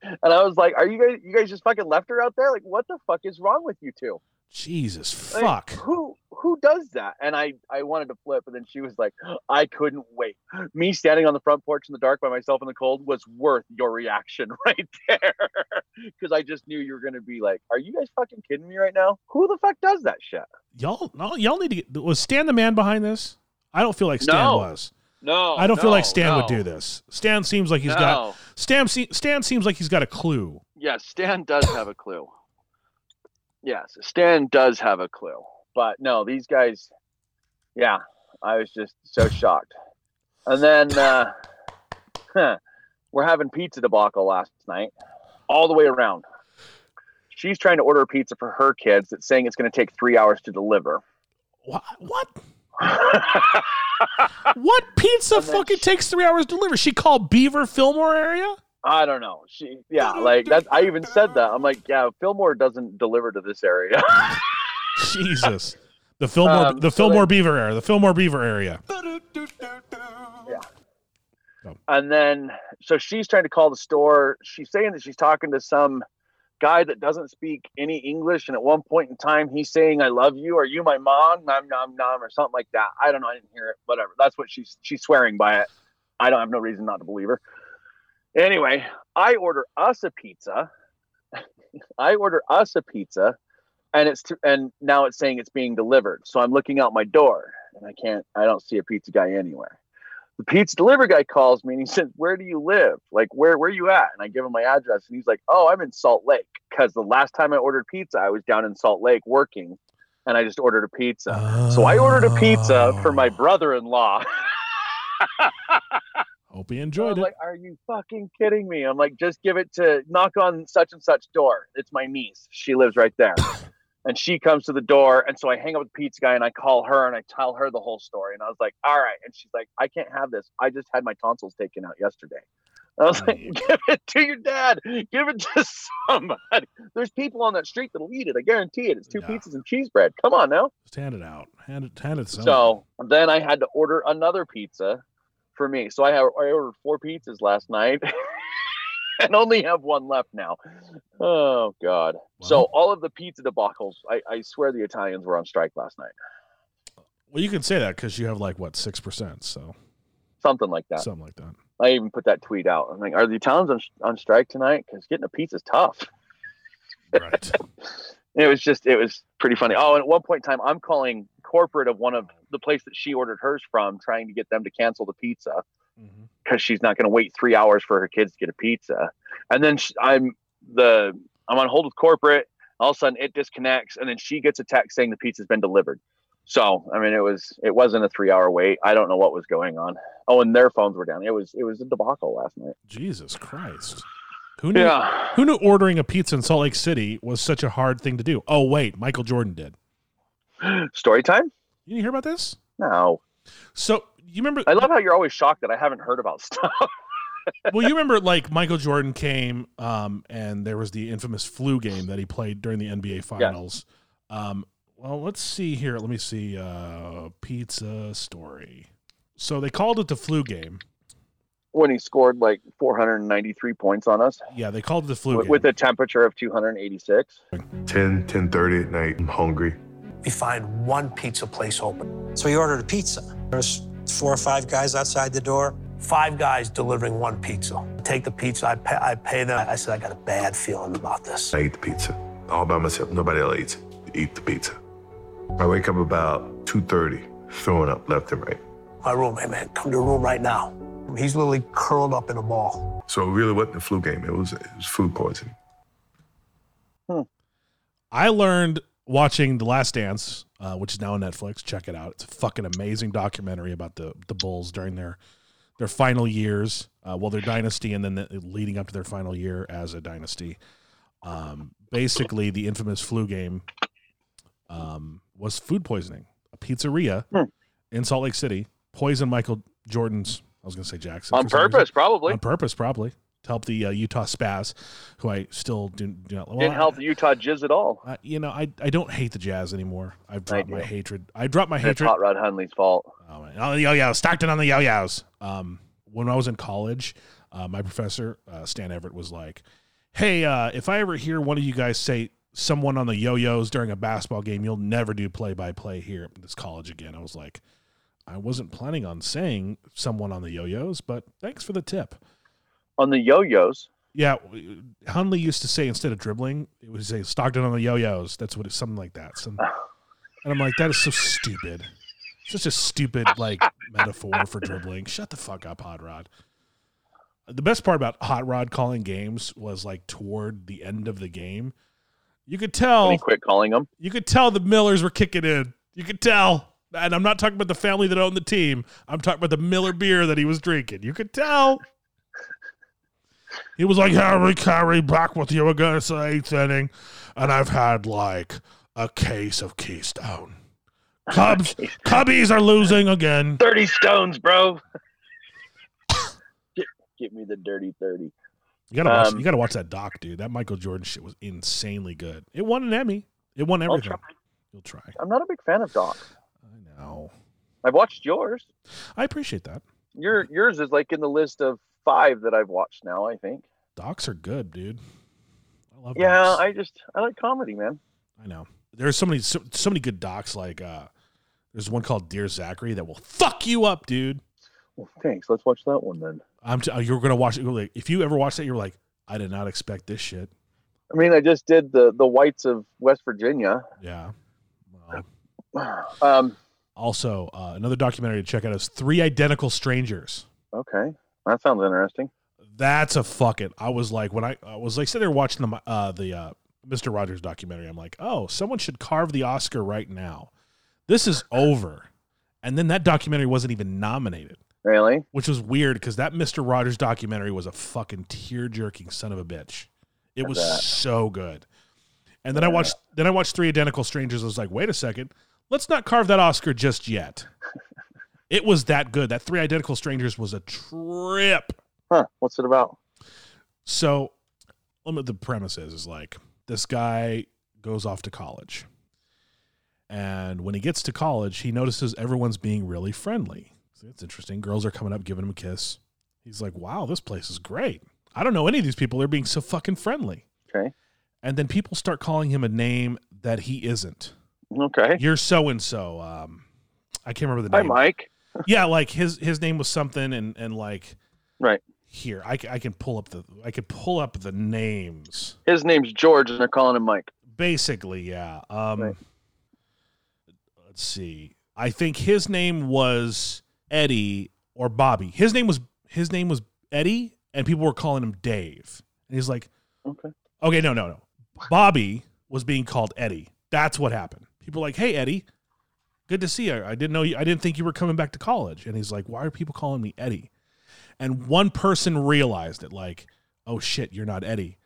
And I was like, Are you guys, you guys just fucking left her out there? Like, what the fuck is wrong with you two? Jesus Like, fuck. who who does that? And I I wanted to flip, and then she was like, I couldn't wait. Me standing on the front porch in the dark by myself in the cold was worth your reaction right there, because I just knew you were gonna be like, Are you guys fucking kidding me right now? Who the fuck does that shit? Y'all, no, y'all need to get. Was Stan the man behind this? I don't feel like Stan No. was. No, I don't feel like no, Stan would no. do this. Stan seems like he's No. got. Stan, se- Stan seems like he's got a clue. Yes, Stan does have a clue. Yes, Stan does have a clue. But no, these guys, yeah, I was just so shocked. And then uh, we're having pizza debacle last night, all the way around. She's trying to order a pizza for her kids that's saying it's going to take three hours to deliver. What? What? what pizza fucking takes three hours to deliver? She called Beaver Fillmore area. I don't know. She, yeah, like that's. I even said that. I'm like, yeah, Fillmore doesn't deliver to this area. Jesus, the Fillmore, Um, the so Fillmore Beaver area, the Fillmore Beaver area. And then, so she's trying to call the store. She's saying that she's talking to some guy that doesn't speak any English. And at one point in time, he's saying, I love you. Are you my mom? Nom, nom, nom, or something like that. I don't know. I didn't hear it. Whatever. That's what she's, she's swearing by it. I don't have no reason not to believe her. Anyway, I order us a pizza. I order us a pizza and it's, t- and now it's saying it's being delivered. So I'm looking out my door and I can't, I don't see a pizza guy anywhere the pizza delivery guy calls me and he says, "Where do you live? Like, where where you at?" And I give him my address, and he's like, "Oh, I'm in Salt Lake because the last time I ordered pizza, I was down in Salt Lake working, and I just ordered a pizza. So I ordered a pizza for my brother-in-law." Hope he I was enjoyed it. like, "Are you fucking kidding me?" I'm like, "Just give it to knock on such and such door. It's my niece. She lives right there." And she comes to the door. And so I hang up with the pizza guy and I call her and I tell her the whole story. And I was like, all right. And she's like, I can't have this. I just had my tonsils taken out yesterday. I was like, give it to your dad. Give it to somebody. There's people on that street that'll eat it. I guarantee it. It's two pizzas and cheese bread. Come on now. Just hand it out. Hand it. Hand it. somewhere. So then I had to order another pizza for me. So I, have, I ordered four pizzas last night and only have one left now. Oh, God. So all of the pizza debacles, I, I swear the Italians were on strike last night. Well, you can say that because you have like what six percent. So Something like that. something like that. I even put that tweet out. I'm like, are the Italians on, on strike tonight? Because getting a pizza is tough. Right. it was just, it was pretty funny. Oh, and at one point in time, I'm calling corporate of one of the place that she ordered hers from, trying to get them to cancel the pizza Mm-hmm. because she's not going to wait three hours for her kids to get a pizza. And then sh I'm the I'm on hold with corporate. All of a sudden, it disconnects, and then she gets a text saying the pizza's been delivered. So, I mean, it was it wasn't a three hour wait. I don't know what was going on. Oh, and their phones were down. It was it was a debacle last night. Jesus Christ. Who knew? Yeah. Who knew ordering a pizza in Salt Lake City was such a hard thing to do? Oh wait, Michael Jordan did. Story time? You didn't hear about this? No. So you remember? I love how you're always shocked that I haven't heard about stuff. well, you remember like Michael Jordan came, um, and there was the infamous flu game that he played during the NBA Finals. Um, well, let's see here. Let me see. Uh, pizza story. So they called it the flu game. when he scored like 493 points on us Yeah, they called it the flu with, game. with a temperature of 286. 10, 10.30 at night. I'm hungry. We find one pizza place open. So he ordered a pizza. There's four or five guys outside the door. Five guys delivering one pizza. Take the pizza. I pay, I pay them. I said I got a bad feeling about this. I eat the pizza all by myself. Nobody else eats. it. Eat the pizza. I wake up about 2.30, throwing up left and right. My roommate, man, come to the room right now. He's literally curled up in a ball. So it really wasn't a flu game. It was, it was food poisoning. I learned watching The Last Dance, uh, which is now on Netflix. Check it out. It's a fucking amazing documentary about the the Bulls during their their final years, uh, well, their dynasty, and then the, leading up to their final year as a dynasty. Um, basically, the infamous flu game um, was food poisoning. A pizzeria Hmm. in Salt Lake City poisoned Michael Jordan's. I was going to say Jackson On for some reason. purpose, probably. On purpose, probably to help the uh, Utah Spaz, who I still do, do not. well, Didn't help the Utah Jizz at all. uh, you know, I, I don't hate the Jazz anymore. I've I dropped my do. hatred. I dropped my It's hatred. Hot Rod Hunley's fault. Oh, man. Oh, the yo yo, Stockton on the yo yo's. Um, when I was in college, uh, my professor uh, Stan Everett was like, "Hey, uh, if I ever hear one of you guys say someone on the yo yo's during a basketball game, you'll never do play by play here at this college again." I was like, "I wasn't planning on saying someone on the yo yo's, but thanks for the tip." On the yo-yos, Yeah, w- Hunley used to say instead of dribbling, it would say Stockton on the yo-yos. That's what it, something like that. Some, and I'm like, that is so stupid. Such a stupid like metaphor for dribbling. Shut the fuck up, Hot Rod. The best part about Hot Rod calling games was like toward the end of the game, you could tell. when he quit calling them. You could tell the Millers were kicking in. You could tell. And I'm not talking about the family that owned the team. I'm talking about the Miller beer that he was drinking. You could tell. He was like, Harry Carey, back with you again. It's the eighth inning. And I've had like a case of Keystone. Cubs, Cubbies are losing again. 30 stones, bro. get, get me the dirty 30. You gotta watch. Um, you gotta watch that doc, dude. That Michael Jordan shit was insanely good. It won an Emmy. It won I'll everything. try. You'll try. I'm not a big fan of Doc. No, I've watched yours. I appreciate that. Your yours is like in the list of five that I've watched now. I think. Docs are good, dude. I love. yeah, docs. I just I like comedy, man. I know. There's so many so, so many good docs like uh there's one called Dear Zachary that will fuck you up, dude. Well, thanks. Let's watch that one then. I'm t- uh, you're going to watch it you're like if you ever watch that you're like I did not expect this shit. I mean, I just did the the whites of West Virginia. Yeah. Um. Also, uh, another documentary to check out is Three Identical Strangers. Okay, that sounds interesting. That's a fuck it. I was like when I, I was like sitting there watching the uh the uh Mr. Rogers documentary. I'm like, "Oh, someone should carve the Oscar right now. This is over." And then that documentary wasn't even nominated. Really? which was weird because that Mister Rogers documentary was a fucking tear jerking son of a bitch. It I was bet. so good, And then I watched then I watched Three Identical Strangers. I was like, wait a second, let's not carve that Oscar just yet. it was that good. That Three Identical Strangers was a trip. Huh? What's it about? So, let me- the premise is is like this guy goes off to college, and when he gets to college, he notices everyone's being really friendly. So it's interesting. Girls are coming up, giving him a kiss. He's like, "Wow, this place is great. I don't know any of these people. They're being so fucking friendly." Okay. And then people start calling him a name that he isn't. Okay. You're so and so. Um, I can't remember the Hi, name. Mike. yeah, like his his name was something, and and like Right. here I, c- I can pull up the I can pull up the names His name's George, and they're calling him Mike. basically yeah um let's see I think his name was Eddie or Bobby his name was his name was Eddie and people were calling him Dave and he's like Okay. okay no no no Bobby was being called Eddie that's what happened people were like hey Eddie good to see you I didn't know you I didn't think you were coming back to college and he's like why are people calling me Eddie and one person realized it like oh shit you're not Eddie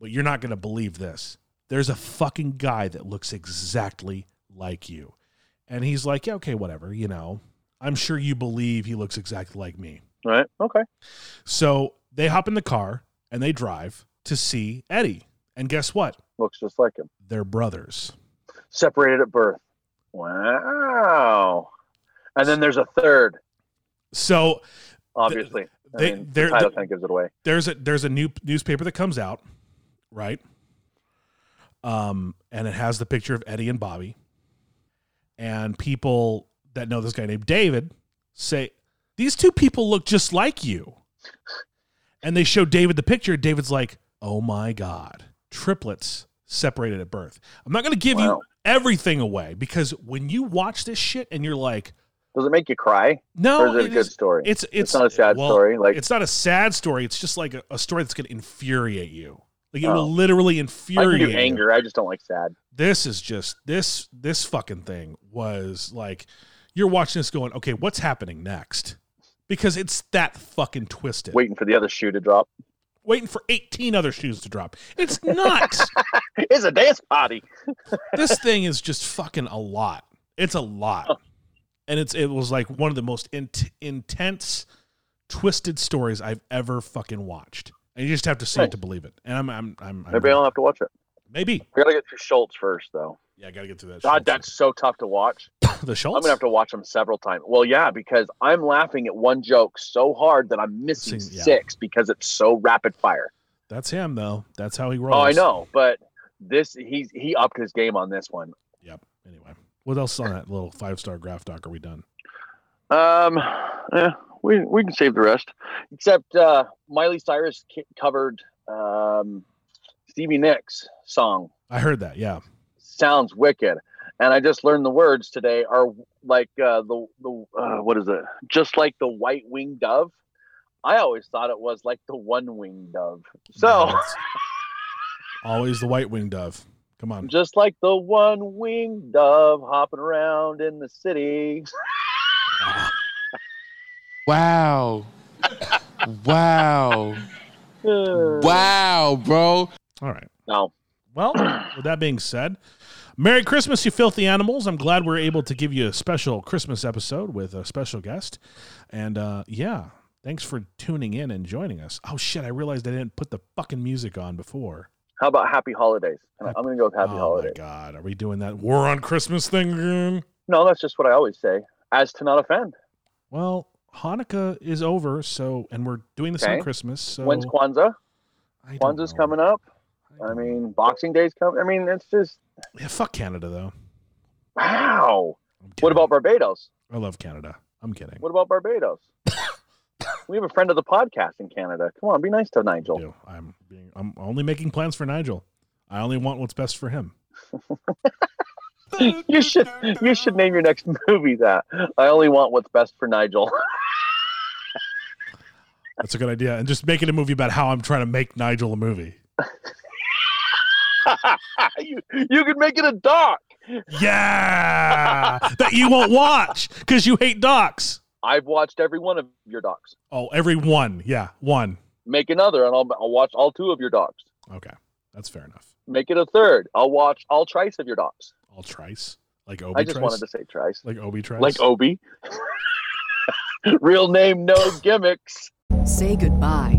but you're not going to believe this. There's a fucking guy that looks exactly like you. And he's like, yeah, okay, whatever, you know. I'm sure you believe he looks exactly like me. Right. Okay. So they hop in the car and they drive to see Eddie. And guess what? Looks just like him. They're brothers. Separated at birth. Wow. And then there's a third, So obviously. I they- mean, the they're- title they're- kind of gives it away. there's a there's a new newspaper that comes out, right? Um, and it has the picture of Eddie and Bobby. And people that know this guy named David say, These two people look just like you. And they show David the picture. David's like, Oh my God. Triplets separated at birth. I'm not gonna give you everything away because when you watch this shit and you're like, Does it make you cry? No, Or is it, a it good is- story? it's it's, not a sad well, story. Like it's not a sad story. It's just like a, a story that's going to infuriate you. Like it Oh. will literally I can infuriate do you. anger. I just don't like sad. This is just this this fucking thing was like you're watching this going, okay, what's happening next? Because it's that fucking twisted. Waiting for the other shoe to drop. Waiting for 18 other shoes to drop. It's not. it's a dance party. this thing is just fucking a lot. It's a Oh. lot. And it's it was like one of the most int intense twisted stories I've ever fucking watched. And you just have to see it to believe it. And I'm I'm I'm, I'm Maybe I'll have to watch it. Maybe. I gotta get through Schultz first, though. Yeah, I gotta get through that. God, that's so tough to watch. the I'm Schultz. gonna have to watch them several times. Well, yeah, because I'm laughing at one joke so hard that I'm missing See, yeah. six because it's so rapid fire. That's him though. That's how he rolls. Oh, I know, but this he's he upped his game on this one. What else on that little five star graph doc are we done? Um, eh, we we can save the rest. Except uh, Miley Cyrus ki- covered um, Stevie Nicks song. I heard that, yeah. Sounds wicked, and I just learned the words today are like uh, the the uh, what is it? Just like the white winged dove. I always thought it was like the one winged dove. So Always the white winged dove. Come on. just like the one winged dove hopping around in the city. Wow. wow. Wow, bro. All right. No. Well, with that being said, Merry Christmas, you filthy animals. I'm glad we're able to give you a special Christmas episode with a special guest. And uh, yeah, thanks for tuning in and joining us. Oh, shit. I realized I didn't put the fucking music on before. How about Happy Holidays? I'm gonna go with Happy oh, Holidays. my God. Are we doing that war on Christmas thing again? No, that's just what I always say, as to not offend. Well, Hanukkah is over, so, and we're doing this on Okay. Christmas. So, When's Kwanzaa? Kwanzaa's coming up. I, mean, Boxing Day's coming. I mean, it's just yeah, fuck Canada, though. wow. What about Barbados? I love Canada. I'm kidding. What about Barbados? we have a friend of the podcast in Canada. Come on, be nice to Nigel. I'm being I'm only making plans for Nigel. I only want what's best for him. you should you should name your next movie that. I only want what's best for Nigel. That's a good idea. And just make it a movie about how I'm trying to make Nigel a movie. you you could make it a doc. Yeah, that you won't watch because you hate docs. I've watched every one of your docs. Oh, every one. Yeah, one. Make another, and I'll, I'll watch all two of your docs. Okay, That's fair enough. Make it a third. I'll watch all trice of your dogs. All trice. Like Obi I just trice? wanted to say trice. Like Obi trice? Like Obi. Real name, no gimmicks. Say goodbye